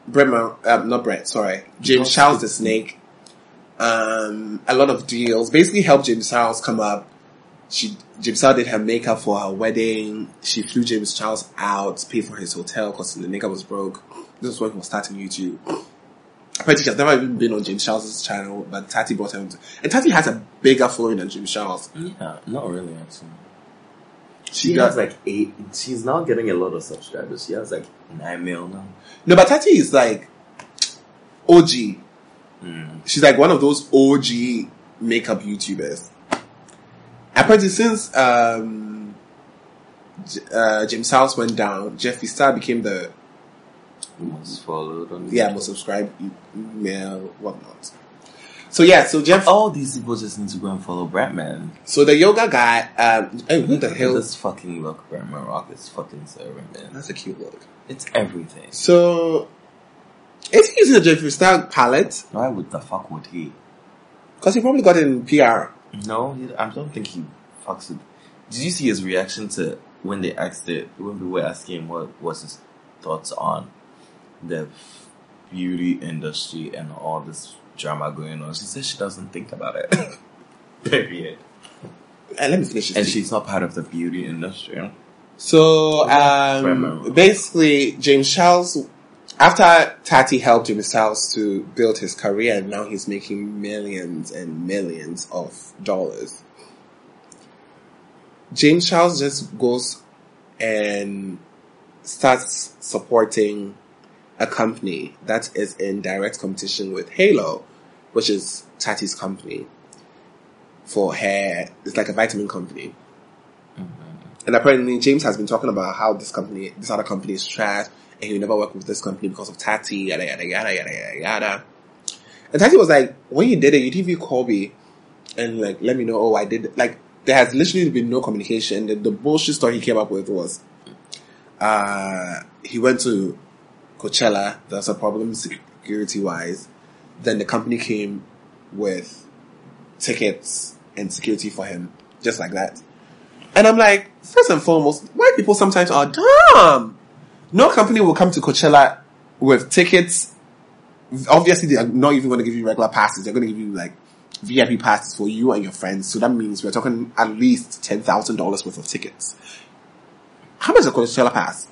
S1: Bremer, um, not Brett, sorry, James
S2: Got-
S1: Charles the Snake. Um, a lot of deals basically helped James Charles come up. She James Charles did her makeup for her wedding. She flew James Charles out, paid for his hotel because the nigga was broke. This was when he was starting YouTube. Apparently, she's never even been on James Charles's channel, but Tati brought her. Into, and Tati has a bigger following than James Charles.
S2: yeah, not really actually.
S1: She,
S2: She
S1: got
S2: has like eight. She's now getting a lot of subscribers. She has like nine mil now.
S1: no, but Tati is like OG.
S2: Mm.
S1: She's like one of those OG makeup YouTubers. Apparently, since um, J- uh, James House went down, Jeffree Star became the
S2: Most followed on
S1: yeah most subscribed e- email whatnot. So yeah, so Jeff,
S2: All these people just need to go and follow Bratman.
S1: so the yoga guy, um, hey, who the hell?
S2: This fucking look Bratman Rock is fucking serving, man.
S1: That's a cute look.
S2: It's everything.
S1: So is he using the Jeffree Star palette?
S2: Why would the fuck would he?
S1: Because he probably got it in PR.
S2: No, he, I don't think he fucks with. Did you see his reaction to when they asked it? When we were asking him what was his thoughts on the beauty industry and all this drama going on? She said she doesn't think about it. *coughs* Period.
S1: Uh, let me finish this.
S2: And
S1: thing.
S2: she's not part of the beauty industry.
S1: So
S2: Remember.
S1: um, basically, James Charles, after Tati helped James Charles to build his career, and now he's making millions and millions of dollars. James Charles just goes and starts supporting a company that is in direct competition with Halo, which is Tati's company for hair. It's like a vitamin company. And apparently, James has been talking about how this company, this other company is trash, and he will never work with this company because of Tati, yada, yada, yada, yada, yada, yada. And Tati was like, when you did it, you didn't even call me and like let me know, oh, I did. it." Like, there has literally been no communication. The, the bullshit story he came up with was uh, he went to Coachella, there's a problem security wise. Then the company came with tickets and security for him, just like that. And I'm like, first and foremost, white people sometimes are dumb. No company will come to Coachella with tickets. Obviously, they are not even going to give you regular passes. They're going to give you like VIP passes for you and your friends. So that means we're talking at least ten thousand dollars worth of tickets. How much is a Coachella pass?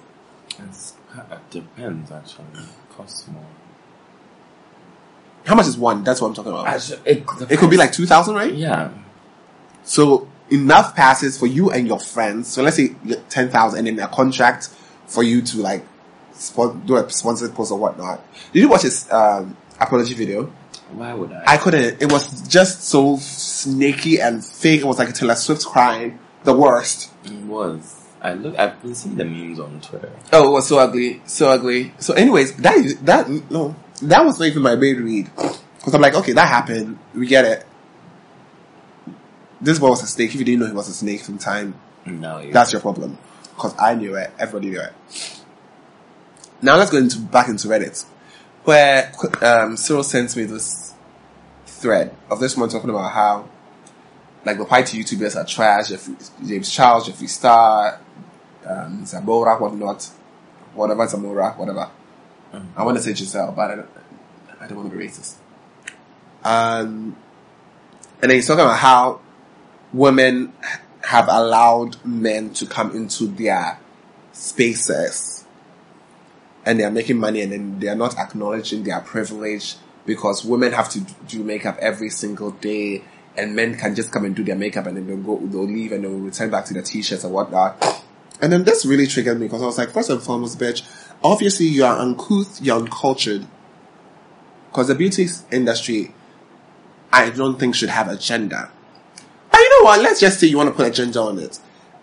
S2: It's, it depends, actually. It costs more.
S1: How much is one? That's what I'm talking about.
S2: Actually, it,
S1: it could be like two thousand, right?
S2: Yeah.
S1: So enough passes for you and your friends. So let's say ten thousand, and then a contract for you to like spon- do a sponsored post or whatnot. Did you watch his um, apology video?
S2: Why would I?
S1: I couldn't. It was just so snaky and fake. It was like Taylor Swift crying, the worst.
S2: It was. I look. I've been seeing the memes on Twitter.
S1: Oh, it was so ugly, so ugly. So, anyways, that is that no, that was not even my main read because I'm like, okay, that happened. We get it. This boy was a snake. If you didn't know he was a snake from time,
S2: No, you-
S1: That's your problem. Because I knew it. Everybody knew it. Now let's go into, back into Reddit. Where um, Cyril sent me this thread of this one talking about how like the white YouTubers are trash, Jeffrey, James Charles, Jeffree Star, um, Zamora, whatnot, whatever, Zamora, whatever. I want to say Giselle, but I don't, I don't want to be racist. Um, and then he's talking about how women have allowed men to come into their spaces and they're making money and then they're not acknowledging their privilege because women have to do makeup every single day and men can just come and do their makeup and then they'll go, they'll leave and they'll return back to their t-shirts and whatnot. And then this really triggered me because I was like, first and foremost, bitch, obviously you are uncouth, you're uncultured. Because the beauty industry, I don't think should have a gender. And Ah, you know what? Let's just say you want to put a gender on it.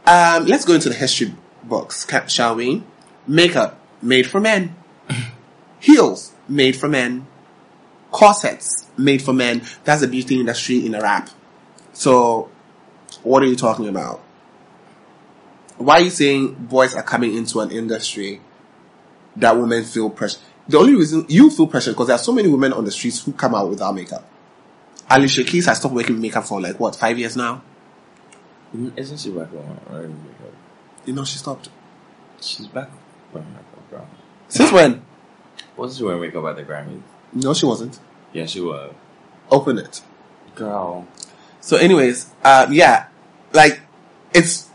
S1: Um, let's go into the history books, ca- shall we? Makeup made for men. Heels made for men. Corsets made for men. That's the beauty industry in a wrap. So, what are you talking about? Why are you saying boys are coming into an industry that women feel pressure? The only reason you feel pressure because there are so many women on the streets who come out without makeup. Alicia Keys has stopped wearing makeup for like what five years now.
S2: Isn't she back on her own makeup?
S1: You know she stopped.
S2: She's back wearing makeup, bro.
S1: Since when?
S2: Wasn't she wearing makeup at the Grammys?
S1: No, she wasn't.
S2: Yeah, she was.
S1: Open it.
S2: Girl.
S1: So, anyways, um, yeah, like it's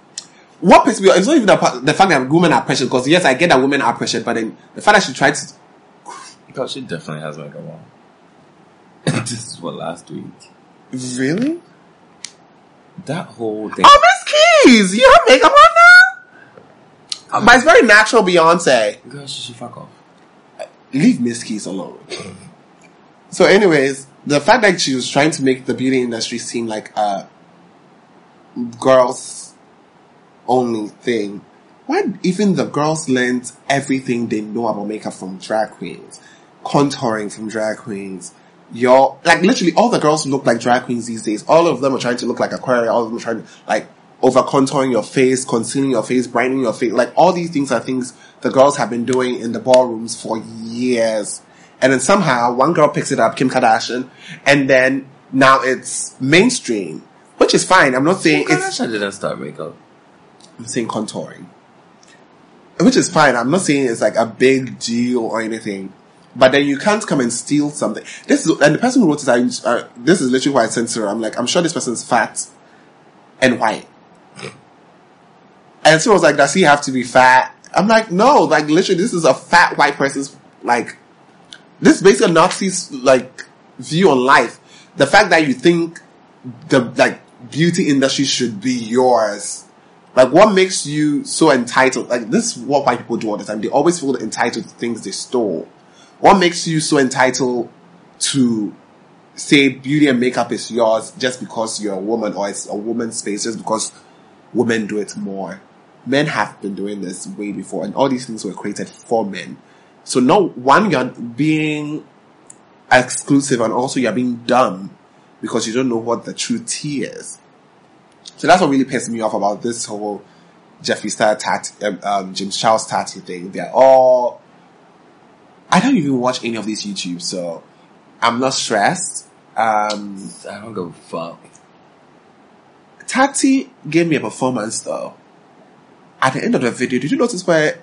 S1: what pisses me off. It's not even the, pa- the fact that women are pressured. Because yes, I get that women are pressured, but then the fact that she tried to
S2: Girl, she definitely has makeup on. *laughs* this is what last week.
S1: really.
S2: That whole thing.
S1: Oh, Miss Keys, you have makeup on now. But it's very natural, Beyonce.
S2: Girl, she should fuck off.
S1: Leave Miss Keys alone. so, anyways, the fact that she was trying to make the beauty industry seem like a girls only thing. When even the girls learned everything they know about makeup from drag queens, contouring from drag queens, your like literally all the girls look like drag queens these days. All of them are trying to look like Aquaria. All of them are trying to like over contouring your face, concealing your face, brightening your face. Like all these things are things the girls have been doing in the ballrooms for years. And then somehow one girl picks it up, Kim Kardashian, and then now it's mainstream, which is fine. I'm not saying it's
S2: Kardashian didn't start makeup.
S1: I'm saying contouring, which is fine. I'm not saying it's like a big deal or anything, but then you can't come and steal something. This is and the person who wrote it. I, uh, this is literally why I censor. I'm like, I'm sure this person's fat and white, and so I was like, does he have to be fat? I'm like, no, like literally, this is a fat white person's like. This is basically a Nazi's like view on life. The fact that you think the like beauty industry should be yours like, what makes you so entitled? Like, this is what white people do all the time. They always feel entitled to things they stole. What makes you so entitled to say beauty and makeup is yours just because you're a woman or it's a woman's space, just because women do it more? Men have been doing this way before, and all these things were created for men. So, no one, you're being exclusive, and also you're being dumb because you don't know what the true tea is. So that's what really pissed me off about this whole Jeffree Star tat, um, um, James Charles Tati thing. They're all. I don't even watch any of these YouTube, so I'm not stressed. Um,
S2: I don't give a fuck.
S1: Tati gave me a performance though. At the end of the video, did you notice where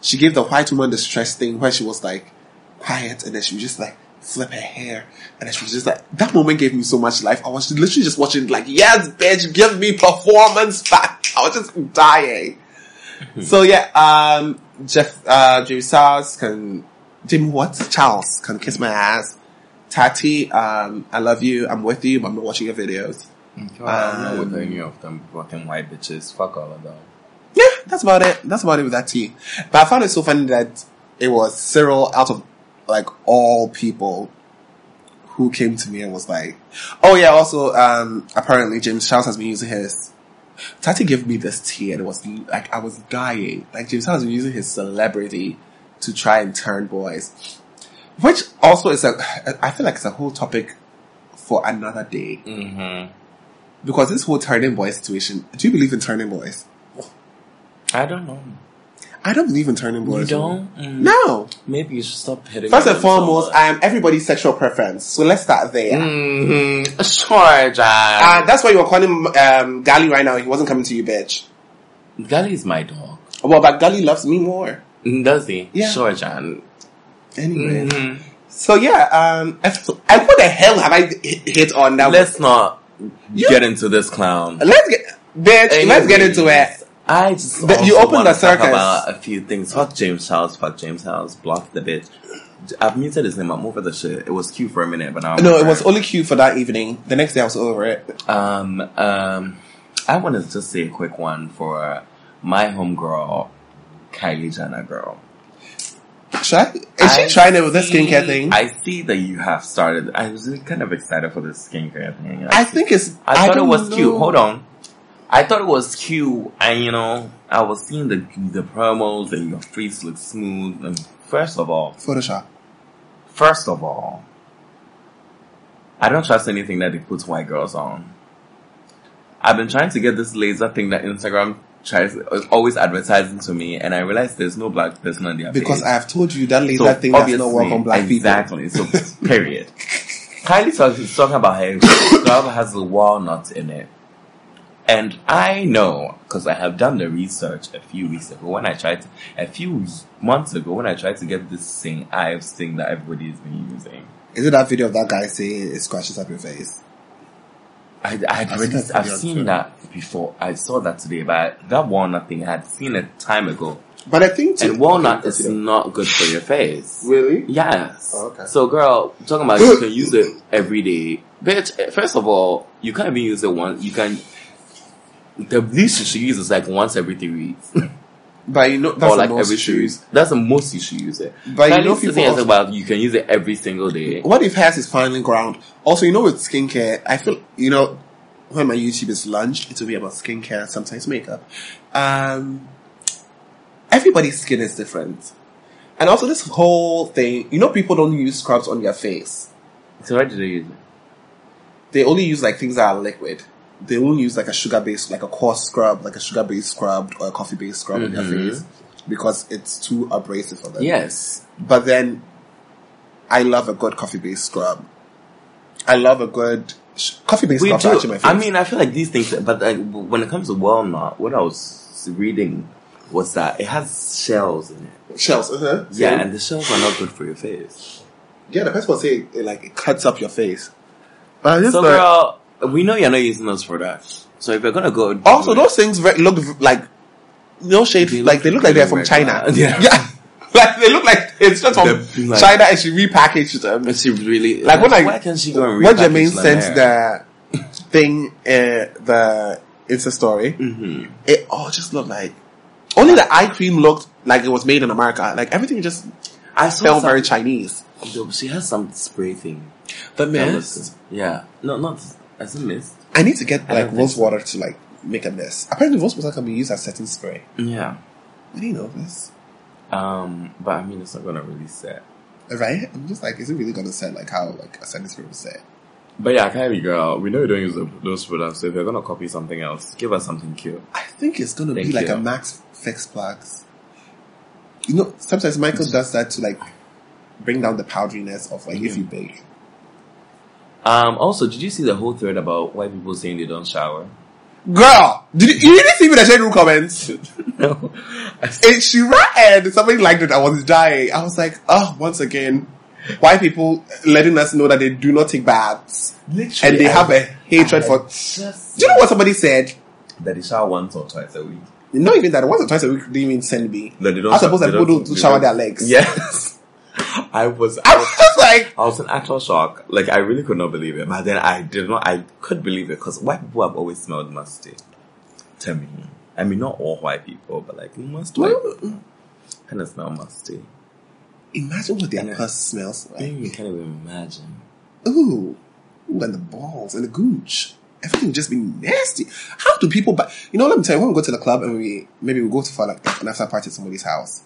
S1: she gave the white woman the stress thing where she was like quiet and then she was just like flip her hair and then she was just like that moment gave me so much life. I was literally just watching like, yes, bitch, give me performance back. *laughs* I was just dying. so yeah, um Jeff uh James Charles can Jim what? Charles can kiss my ass. Tati, um, I love you, I'm with you, but I'm not watching your videos.
S2: I'm not with any of them fucking white bitches. Fuck all of them.
S1: yeah, that's about it. That's about it with that tea. But I found it so funny that it was Cyril out of like all people who came to me and was like, "Oh yeah." Also, um, apparently James Charles has been using his. Tati gave me this tea and it was like I was dying. Like James Charles has been using his celebrity to try and turn boys, which also is a. I feel like it's a whole topic for another day
S2: Mm-hmm.
S1: because this whole turning boy situation. Do you believe in turning boys?
S2: I don't know.
S1: I don't believe in turning
S2: You
S1: boys.
S2: don't? Mm.
S1: No.
S2: Maybe you should stop hitting.
S1: First
S2: on
S1: and
S2: them so
S1: foremost,
S2: much.
S1: I am everybody's sexual preference. So let's start there.
S2: Mm-hmm. Sure,
S1: Uh,
S2: Jack.
S1: that's why you were calling um, Gali right now. He wasn't coming to you, bitch.
S2: Gully is my dog.
S1: Well, but Gali loves me more.
S2: Mm, Does he?
S1: Yeah.
S2: Sure, John.
S1: Anyway.
S2: Mhm.
S1: So yeah, um, and so- and what the hell have I h- hit on now?
S2: Let's not get into this clown.
S1: let's get, bitch, let's get into
S2: Anyways,
S1: it.
S2: I just
S1: But you
S2: also
S1: opened
S2: wanna
S1: the circus.
S2: Talk about a few things. Fuck James Charles. Fuck James Charles. Block the bitch. I've muted his name. I'm over the shit. It was cute for a minute, but now I'm
S1: No,
S2: over
S1: it was only cute for that evening. The next day I was over it.
S2: Um, um, I want to just say a quick one for my homegirl, Kylie Jenner girl.
S1: Should I, is
S2: I
S1: she trying it with this
S2: see-
S1: skincare thing? I,
S2: I see that you have started. I was really kind of excited for this skincare thing.
S1: think it's,
S2: I, thought it
S1: don't
S2: was
S1: know.
S2: cute. Hold on. I thought it was cute, and you know, I was seeing the the promos, and your face looked smooth. And first of all,
S1: Photoshop.
S2: first of all, I don't trust anything that they put white girls on. I've been trying to get this laser thing that Instagram tries is always advertising to me, and I realized there's no black person on their
S1: Because
S2: page.
S1: I have told you that laser
S2: So,
S1: thing does not
S2: obviously,
S1: work on black people.
S2: exactly. So period. *laughs* Kylie talks is talking about her scrub has a walnut in it. And I know, because I have done the research a few weeks ago when I tried to, a few months ago when I tried to get this thing, Ives thing that everybody's been using.
S1: Is it that video of that guy saying it scratches up your face?
S2: I,
S1: I've
S2: I've already,
S1: seen that
S2: I've
S1: video
S2: seen
S1: too.
S2: that before. I saw that today, but that walnut thing I had seen it time ago.
S1: But I think
S2: And walnut is not good for your face.
S1: really
S2: Yes.
S1: Oh, okay.
S2: So, girl, talking about you can use it every day. Bitch, eh, first of all, you can't even use it once. You can. The least you should use is like once every three weeks,
S1: But you know, that's
S2: *laughs* or like
S1: the most
S2: every
S1: true.
S2: two weeks. That's the most you should use it.
S1: But you know
S2: Kylie's
S1: people
S2: thing is
S1: also-
S2: about you can use it every single day.
S1: What if hers is finally ground? Also, you know, with skincare, I feel you know when my YouTube is launched, it'll be about skincare, sometimes makeup. Um, everybody's skin is different. And also this whole thing, you know, people don't use scrubs on their face.
S2: So why did they use it?
S1: They only use like things that are liquid. They won't use like a sugar based, like a coarse scrub, like a sugar based scrub or a coffee based scrub on their
S2: Mhm.
S1: face because it's too abrasive for them.
S2: Yes.
S1: But then, I love a good coffee based scrub. I love a good sh- coffee based
S2: We
S1: scrub. Actually,
S2: do.
S1: my face.
S2: I mean, I feel like these things, but like, when it comes to walnut, what I was reading was that it has shells in it.
S1: shells. Uh-huh.
S2: Yeah, and the shells are not good for your face.
S1: yeah. The person was saying it, like it cuts up your face. But I just
S2: So,
S1: thought-
S2: girl, we know you're not using those products. So if you're gonna go,
S1: also those things ve- look v- like no shade.
S2: They look
S1: like they look like they're from
S2: really
S1: China.
S2: regular.
S1: *laughs*
S2: Yeah.
S1: like they look like it's just from
S2: They're like-
S1: China and she repackaged them.
S2: But she really
S1: Like, when I-
S2: why can she go and
S1: When Jermaine sent the thing, uh, the Insta story,
S2: Mm-hmm.
S1: it all just looked like only the eye cream looked like it was made in America. Like everything just
S2: I saw
S1: felt very
S2: some,
S1: Chinese.
S2: though, she has some spray thing.
S1: The
S2: that looks good. Yeah. No, not as a mist.
S1: I need to get
S2: I
S1: like
S2: don't think
S1: rose water to like make a mist. Apparently, rose water can be used as setting spray.
S2: Yeah.
S1: I didn't know this.
S2: Um, but I mean, it's not gonna really set.
S1: Right? I'm just like, is it really gonna set like how like a setting spray would set?
S2: But yeah, Kylie girl, we know you don't use the- those products. So if you're gonna copy something else, give us something cute.
S1: I think it's gonna be
S2: Thank
S1: like
S2: you.
S1: a Max Fix plugs. You know, sometimes Michael does that to like bring down the powderiness of like if
S2: Mhm.
S1: you bake.
S2: Um, also, did you see the whole thread about white people saying they don't shower? *laughs*
S1: Girl, did you, you didn't see me the shade room comments?
S2: no. I s-
S1: And she ran. Somebody liked it. I was dying. I was like, oh, once again, white people letting us know that they do not take baths
S2: Literally,
S1: and they
S2: I-
S1: have a hatred
S2: I
S1: for.
S2: just
S1: Do you know what somebody said?
S2: that they shower once or twice a week.
S1: Not even that. Once or twice a week, they even send me.
S2: That they don't.
S1: I suppose that
S2: they don't-
S1: people do
S2: they
S1: shower
S2: don't-
S1: their legs.
S2: Yes, *laughs* I was.
S1: I was just like,
S2: I was in actual shock. Like I really could not believe it, but then I did not. I could believe it because white people have always smelled musty. To me, I mean, not all white people, but like most white people kind of smell musty.
S1: imagine what
S2: Yeah.
S1: their pus smells
S2: I mean, you
S1: like.
S2: can't even imagine.
S1: Ooh, ooh, and the balls and the gooch. Everything would just be nasty. How do people buy? You know, let me tell you. When we go to the club and we maybe we go to for like an after party at somebody's house,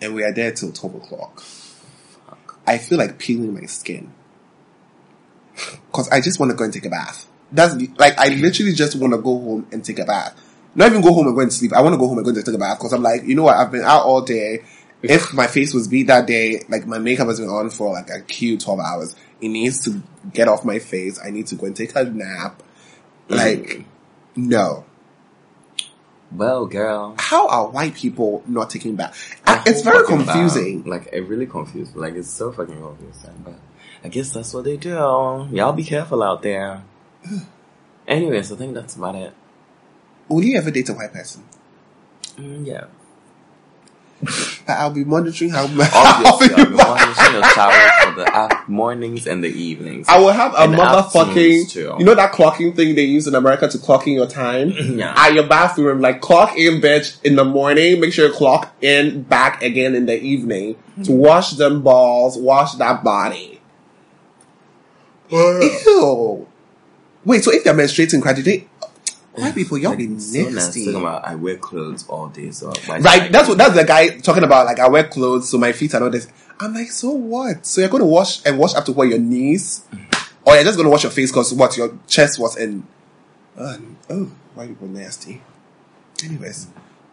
S1: and we are there till twelve o'clock. I feel like peeling my skin *laughs* because I just want to go and take a bath. That's the- like I literally just want to go home and take a bath. Not even go home and go and sleep. I want to go home and go and take a bath because I'm like, you know what? I've been out all day. If my face was beat that day, like my makeup has been on for like a cute twelve hours, it needs to get off my face. I need to go and take a nap. Like, no.
S2: Well, girl,
S1: How are white people not taking baths?
S2: I
S1: It's
S2: hope
S1: very
S2: fucking bad.
S1: confusing.
S2: Like it really confused. Like it's so fucking confusing. But I guess that's what they do. Y'all be careful out there. Anyways, I think that's about it.
S1: Will you ever date a white person?
S2: Mm, yeah.
S1: But I'll be monitoring *laughs* how much.
S2: Obviously, I've been watching your shower for the af- mornings and the evenings.
S1: I will have a
S2: And afternoons,
S1: motherfucking.
S2: too.
S1: You know that clocking thing they use in America to clock in your
S2: *laughs*
S1: time?
S2: Yeah.
S1: At your bathroom, like clock in, bitch, in the morning. Make sure you clock in back again in the evening to
S2: Hmm.
S1: wash them balls, wash that body. Ew. Wait, so if they're menstruating, cry, do they? White people, y'all be
S2: so
S1: nasty.
S2: Talking about I wear clothes all day, so why should I
S1: Right, that's
S2: do
S1: what that's the guy talking about. Like I wear clothes, so my feet are not this. I'm like, so what? So you're gonna wash and wash up to what your knees, or you're just gonna wash your face because what your chest was in. Uh, oh, white people nasty. Anyways,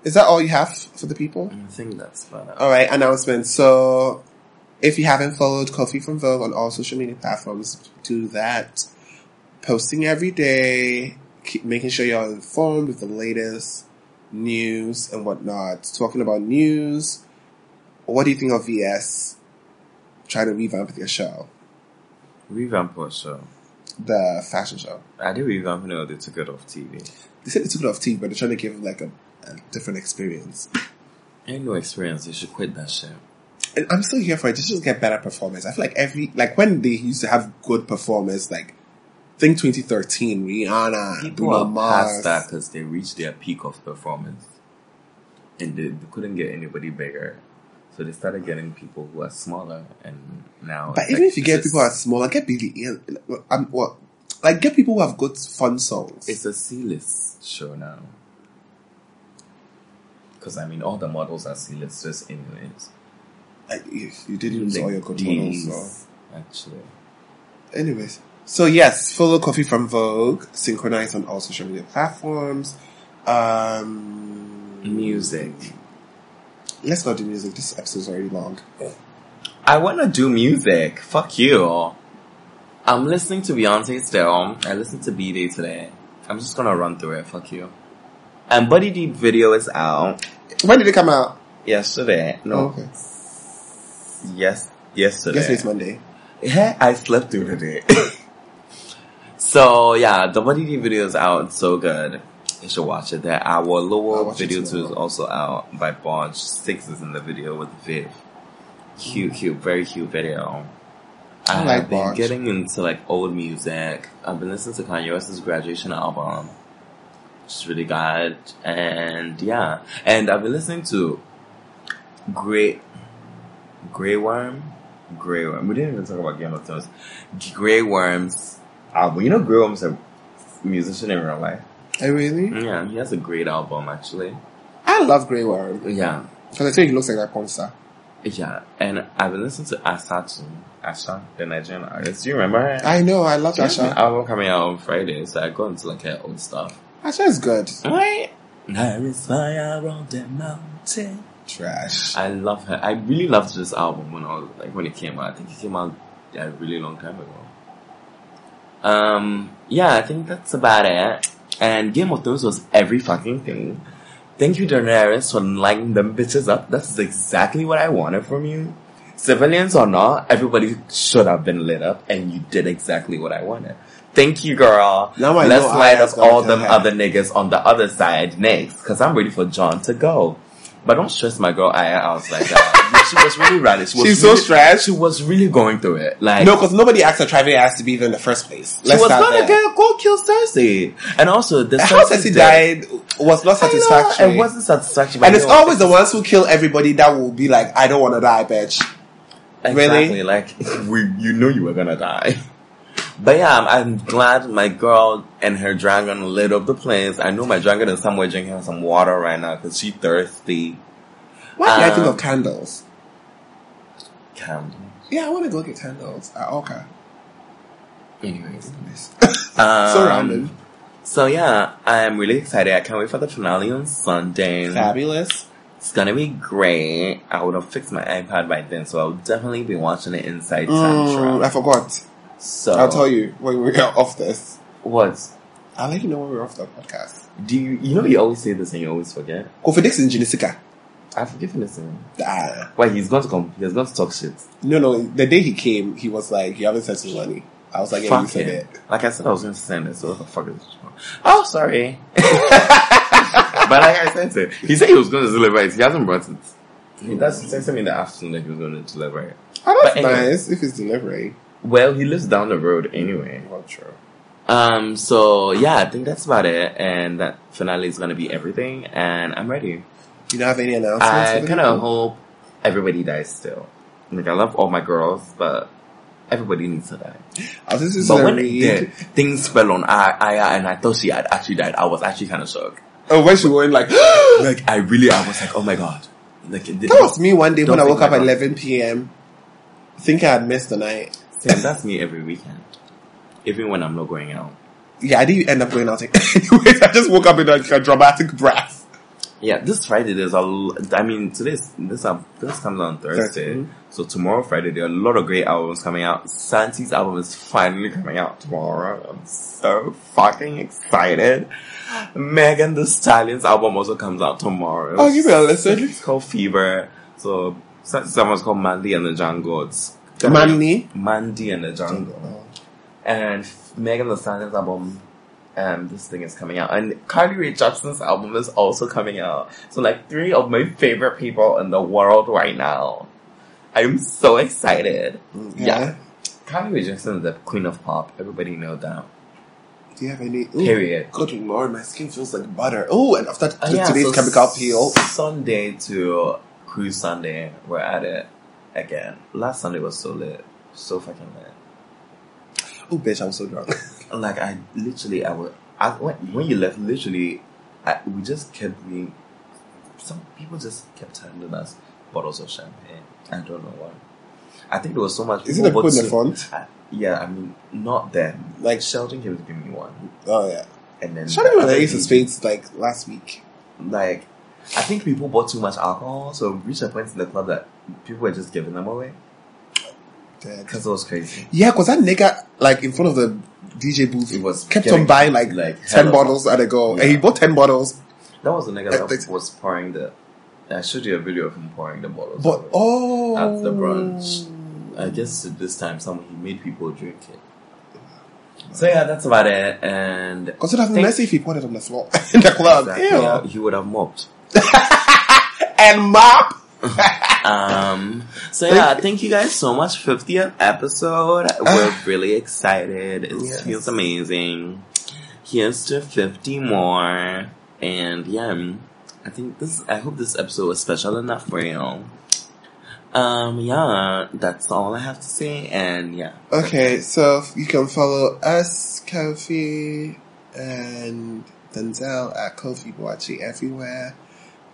S1: is that all you have for the people?
S2: that? I think that's about it.
S1: All right, announcement. So, if you haven't followed Coffee from Vogue on all social media platforms, do that. Posting every day, keep making sure you're informed with the latest news and whatnot. Talking about news. What do you think of VS? Trying to revamp your show,
S2: Revamp our show.
S1: the fashion show.
S2: I did revamp it, or they took it off TV.
S1: They said they took it off TV, but they're trying to give like a, a different experience.
S2: Ain't no experience. You should quit that shit.
S1: And I'm still here for it. Just to get better performers. I feel like every like when they used to have good performers, like think 2013, Rihanna,
S2: People
S1: Bruno
S2: are
S1: Mars.
S2: past that because they reached their peak of performance, and they, they couldn't get anybody bigger, so they started getting people who are smaller, and now.
S1: But
S2: it's
S1: even
S2: like,
S1: if you
S2: this
S1: get
S2: is-
S1: people that are smaller, get Billy. I'm what Like, get people who have good, fun songs.
S2: It's a C-list show now. Because I mean, all the models are C-listers, anyways.
S1: Like, you, you didn't use
S2: Like
S1: all your good
S2: these,
S1: models, so.
S2: Actually,
S1: Anyways, so yes, follow Coffee from Vogue, synchronize on all social media platforms. Um,
S2: music.
S1: Let's not do music. This episode's already long.
S2: I wanna do music. Fuck you. I'm listening to Beyonce still. I listened to B Day today. I'm just gonna run through it. Fuck you. And Buddy Deep video is out
S1: When did it come out?
S2: yesterday. No,
S1: Oh, okay.
S2: yes, yesterday.
S1: Yesterday's Monday.
S2: Yeah, I slept through the day. *laughs* so yeah, the Money D video is out. It's so good. You should watch it. There, our
S1: I'll
S2: lower
S1: watch it
S2: video too is
S1: tomorrow.
S2: also out by Bonch. Six is in the video with Viv. Cute, cute, very cute video.
S1: I
S2: I
S1: like
S2: have been
S1: Bonch.
S2: getting into like old music. I've been listening to Kanye West's graduation album. It's really good, and yeah, and I've been listening to Great Grey Worm. Grey Worm. We didn't even talk about Game of Thrones. Grey Worm's album. You know, Grey Worm's a musician in real life.
S1: I Oh, really?
S2: Yeah, he has a great album actually.
S1: I love Grey Worm.
S2: Yeah,
S1: Because I think he looks like that porn star.
S2: yeah. And I've been listening to Asatu, Asha, the Nigerian artist. Do you remember her?
S1: I know, I love
S2: She has an
S1: Asha.
S2: album coming out on Friday, so I go into like her old stuff.
S1: Asha is good.
S2: Right? There is fire on the mountain.
S1: Trash.
S2: I love her. I really loved this album when I was like when it came out. I think it came out a really long time ago. Um, yeah, I think that's about it. And Game of Thrones was every fucking thing. Thank you, Daenerys, for lighting them bitches up. That's exactly what I wanted from you. Civilians or not, everybody should have been lit up, and you did exactly what I wanted. Thank you, girl.
S1: Now I
S2: Let's
S1: know
S2: light
S1: Arya's
S2: up
S1: gonna
S2: all
S1: kill
S2: them
S1: her.
S2: other niggas on the other side next, because I'm ready for John to go. But don't stress my girl Aya out like that. *laughs* she was really running. She was
S1: She's
S2: really,
S1: so stressed.
S2: She was really going through it. Like
S1: No, because nobody asked her Trivia ass to be there in the first place.
S2: she
S1: Let's
S2: was
S1: start there.
S2: gonna get, go kill Cersei. And also the
S1: How Cersei died was not
S2: I know,
S1: satisfactory.
S2: It wasn't satisfaction. but
S1: and it's
S2: it was-
S1: always the ones who kill everybody that will be like, I don't want to die, bitch.
S2: Exactly, like *laughs* we, you knew you were gonna die. But yeah, I'm, I'm glad my girl and her dragon lit up the place. I know my dragon is somewhere drinking some water right now because she thirsty.
S1: Why did I think
S2: Um,
S1: of candles?
S2: Candle.
S1: Yeah, I want to go get candles Ah, at Orca.
S2: Anyways, um,
S1: so random.
S2: So yeah, I'm really excited. I can't wait for the finale on Sunday.
S1: Fabulous.
S2: It's gonna be great. I would have fixed my iPad by then, so I'll definitely be watching it inside
S1: Mm, I
S2: Tantra.
S1: forgot.
S2: So
S1: I'll tell you when we are off this.
S2: what
S1: I'll let you know when we're off the podcast.
S2: do you? You know, you always say this and you always forget.
S1: Kofi Dixon Jinisika.
S2: I forgive this thing.
S1: Ah.
S2: Why he's going to come? He's going to talk shit.
S1: No, no. The day he came, he was like, "You haven't sent me money." I was like, "Yeah, you
S2: fuck
S1: said
S2: him.
S1: it."
S2: Like I said, I was going to send it. So what the fuck is this? for? Oh, sorry. *laughs* but like I sent it. He said he was going to deliver it. He hasn't brought it. He that's he texted me in the afternoon that he was going to deliver it.
S1: Oh, that's
S2: But anyway.
S1: nice if it's delivery.
S2: Well, he lives down the road anyway.
S1: Well, true.
S2: Um. So yeah, I think that's about it. And that finale is going to be everything. And I'm ready.
S1: You don't have any announcements? for
S2: I
S1: the
S2: kind
S1: people?
S2: of Uh, hope everybody dies still. Like I love all my girls, but everybody needs to die.
S1: Oh, this is
S2: But
S1: a
S2: when
S1: read.
S2: it did, things fell on Aya, Aya, and I thought she had actually died. I was actually kind of shocked.
S1: Oh, when she went like, *gasps* that
S2: Like I really, I was like, oh my god. Like it did-
S1: was me one day
S2: Don't
S1: when I
S2: think
S1: woke up
S2: like
S1: at
S2: that.
S1: 11 p.m. Think I had missed the night.
S2: Sam, that's me every weekend, even when I'm not going out.
S1: Yeah, I didn't end up going out. *laughs* Anyways, I just woke up in like a dramatic breath.
S2: Yeah, this Friday there's a. l- I mean, today's this up this comes out on Thursday,
S1: Thursday.
S2: so tomorrow Friday there are a lot of great albums coming out. Santi's album is finally coming out tomorrow. I'm so fucking excited. Megan the Stallion's album also comes out tomorrow.
S1: Oh, give me a listen.
S2: It's called Fever. So so- someone's called Mandy and the Jangles.
S1: Mandy?
S2: Mandy and the Jungle. And Megan Thee Stallion's album, um, this thing is coming out. And Carly Rae Jepsen's album is also coming out. So like three of my favorite people in the world right now. I'm so excited.
S1: Mm, Yeah.
S2: Carly Rae Jepsen is the queen of pop. Everybody know that.
S1: Do you have any? Ooh,
S2: Period.
S1: Good lord, my skin feels like butter. Oh, and after
S2: Uh, yeah,
S1: today's
S2: so
S1: chemical peel,
S2: Sunday to Cruise Sunday, we're at it again. Last Sunday was so lit. So fucking lit.
S1: oh bitch, I'm so drunk. *laughs*
S2: like I literally I was I, when, when you left literally I, we just kept being some people just kept handing us bottles of champagne. I don't know why. I think there was so much.
S1: Isn't it
S2: people
S1: put in the
S2: were
S1: front?
S2: so- I- yeah, I mean not them.
S1: Like-
S2: Like Sheldon gave me one,
S1: Oh yeah.
S2: and then
S1: Shout out
S2: the
S1: to
S2: other
S1: the Ace of
S2: agent-
S1: Spades like last week.
S2: like I think people bought too much alcohol, so we reached a point in the club that people were just giving them away
S1: Dead.
S2: because it was crazy.
S1: Yeah, because that nigga like in front of the DJ booth
S2: It was
S1: kept
S2: getting-
S1: on buying like,
S2: like,
S1: ten
S2: hella-
S1: bottles at a go, and he
S2: Yeah.
S1: bought ten bottles.
S2: That was the nigga
S1: Like,
S2: that
S1: like-
S2: was pouring the. I showed you a video of him pouring the bottles.
S1: But
S2: away.
S1: oh,
S2: At the brunch. I guess at this time, someone he made people drink it. So yeah, that's about it. And
S1: Because it would have been
S2: Think-
S1: messy if he poured it on the floor *laughs* in the club.
S2: Exactly,
S1: Ew.
S2: yeah, he would have mopped.
S1: And mop.
S2: Um, so yeah, thank you guys so much. 50th episode.
S1: *sighs*
S2: We're really excited. It
S1: Yes.
S2: feels amazing. Here's to 50 more. And yeah, um, I think this, I hope this episode was special enough for you. Um, yeah, that's all I have to say. And yeah,
S1: Okay, so you can follow us, Kofi, and Denzel at Kofi Boachi everywhere.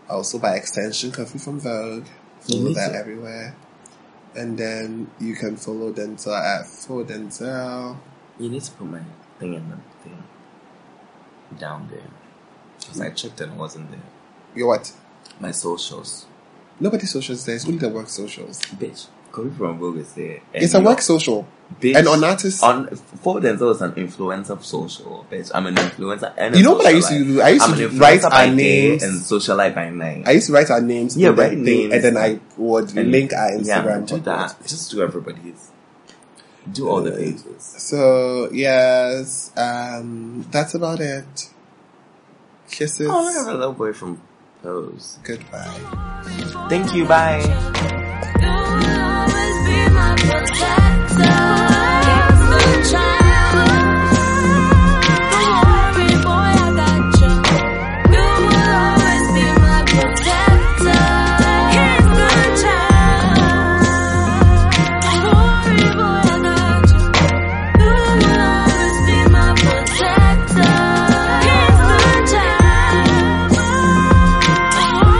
S1: Also by extension, Kofi from Vogue. Follow
S2: Mhm.
S1: that everywhere. And then you can follow Denzel at For Denzel.
S2: you need to put my thing in the thing down there. Cause I checked and it wasn't there.
S1: Your what?
S2: My socials.
S1: Nobody's socials there. It's only the work socials.
S2: Bitch, Kobe from Vogue is there. And
S1: It's a
S2: you-
S1: work social.
S2: Bitch.
S1: And on artists,
S2: on for Denzel is an influencer of social bitch. I'm an influencer and a
S1: You know what I used to do? I used
S2: am
S1: to
S2: an influencer
S1: write
S2: by
S1: our
S2: day
S1: names.
S2: and socialite by night.
S1: I used to write our names.
S2: Yeah,
S1: in that
S2: write
S1: thing,
S2: names.
S1: And then I would
S2: And-
S1: link our
S2: yeah,
S1: Instagram.
S2: do that. Just do everybody's. Do all the pages.
S1: So yes, um, that's about it. Kisses.
S2: Oh, I have a little boy from Pose.
S1: Goodbye.
S2: Thank you. Bye.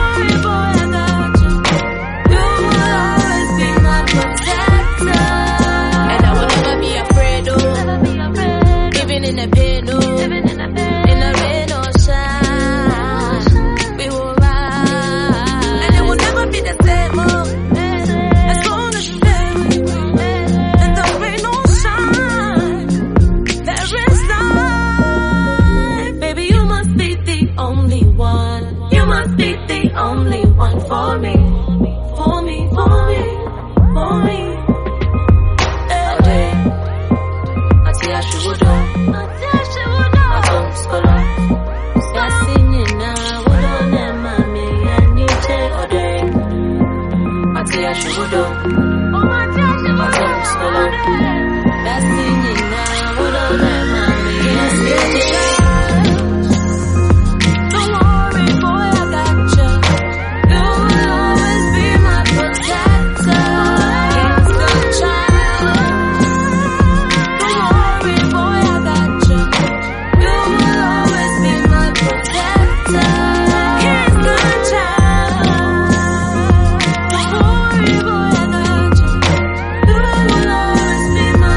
S3: Thank you you will always be my protector, and I will never be afraid. Oh, even in the pain, oh, in the rain or shine, we will rise. And it will never be the same. Oh, as long as you stay with me, in the rain or shine, there is life. Baby, you must be the only one. You must be the only one for me for me, for me, for me. Every I see how she would do. I see how she would do. I don't school her. Passing in a wood on a mommy and you take a day. I see how she would do. Oh, I don't school her. Passing in a wood on a mommy and you take a day. Don't worry, boy, I got you. You will always be my protector. Here's the child. Don't worry, boy, I got you. You will always be my protector. Here's the child. Don't worry, boy, I got you.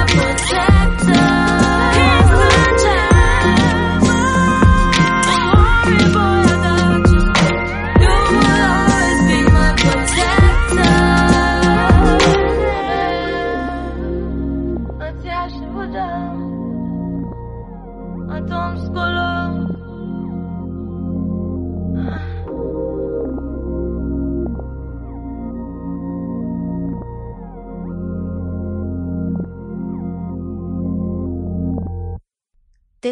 S3: You will always be my protector. Here's the child. Don't worry, boy, I got you. You will always be my protector. Until she would down, until I'm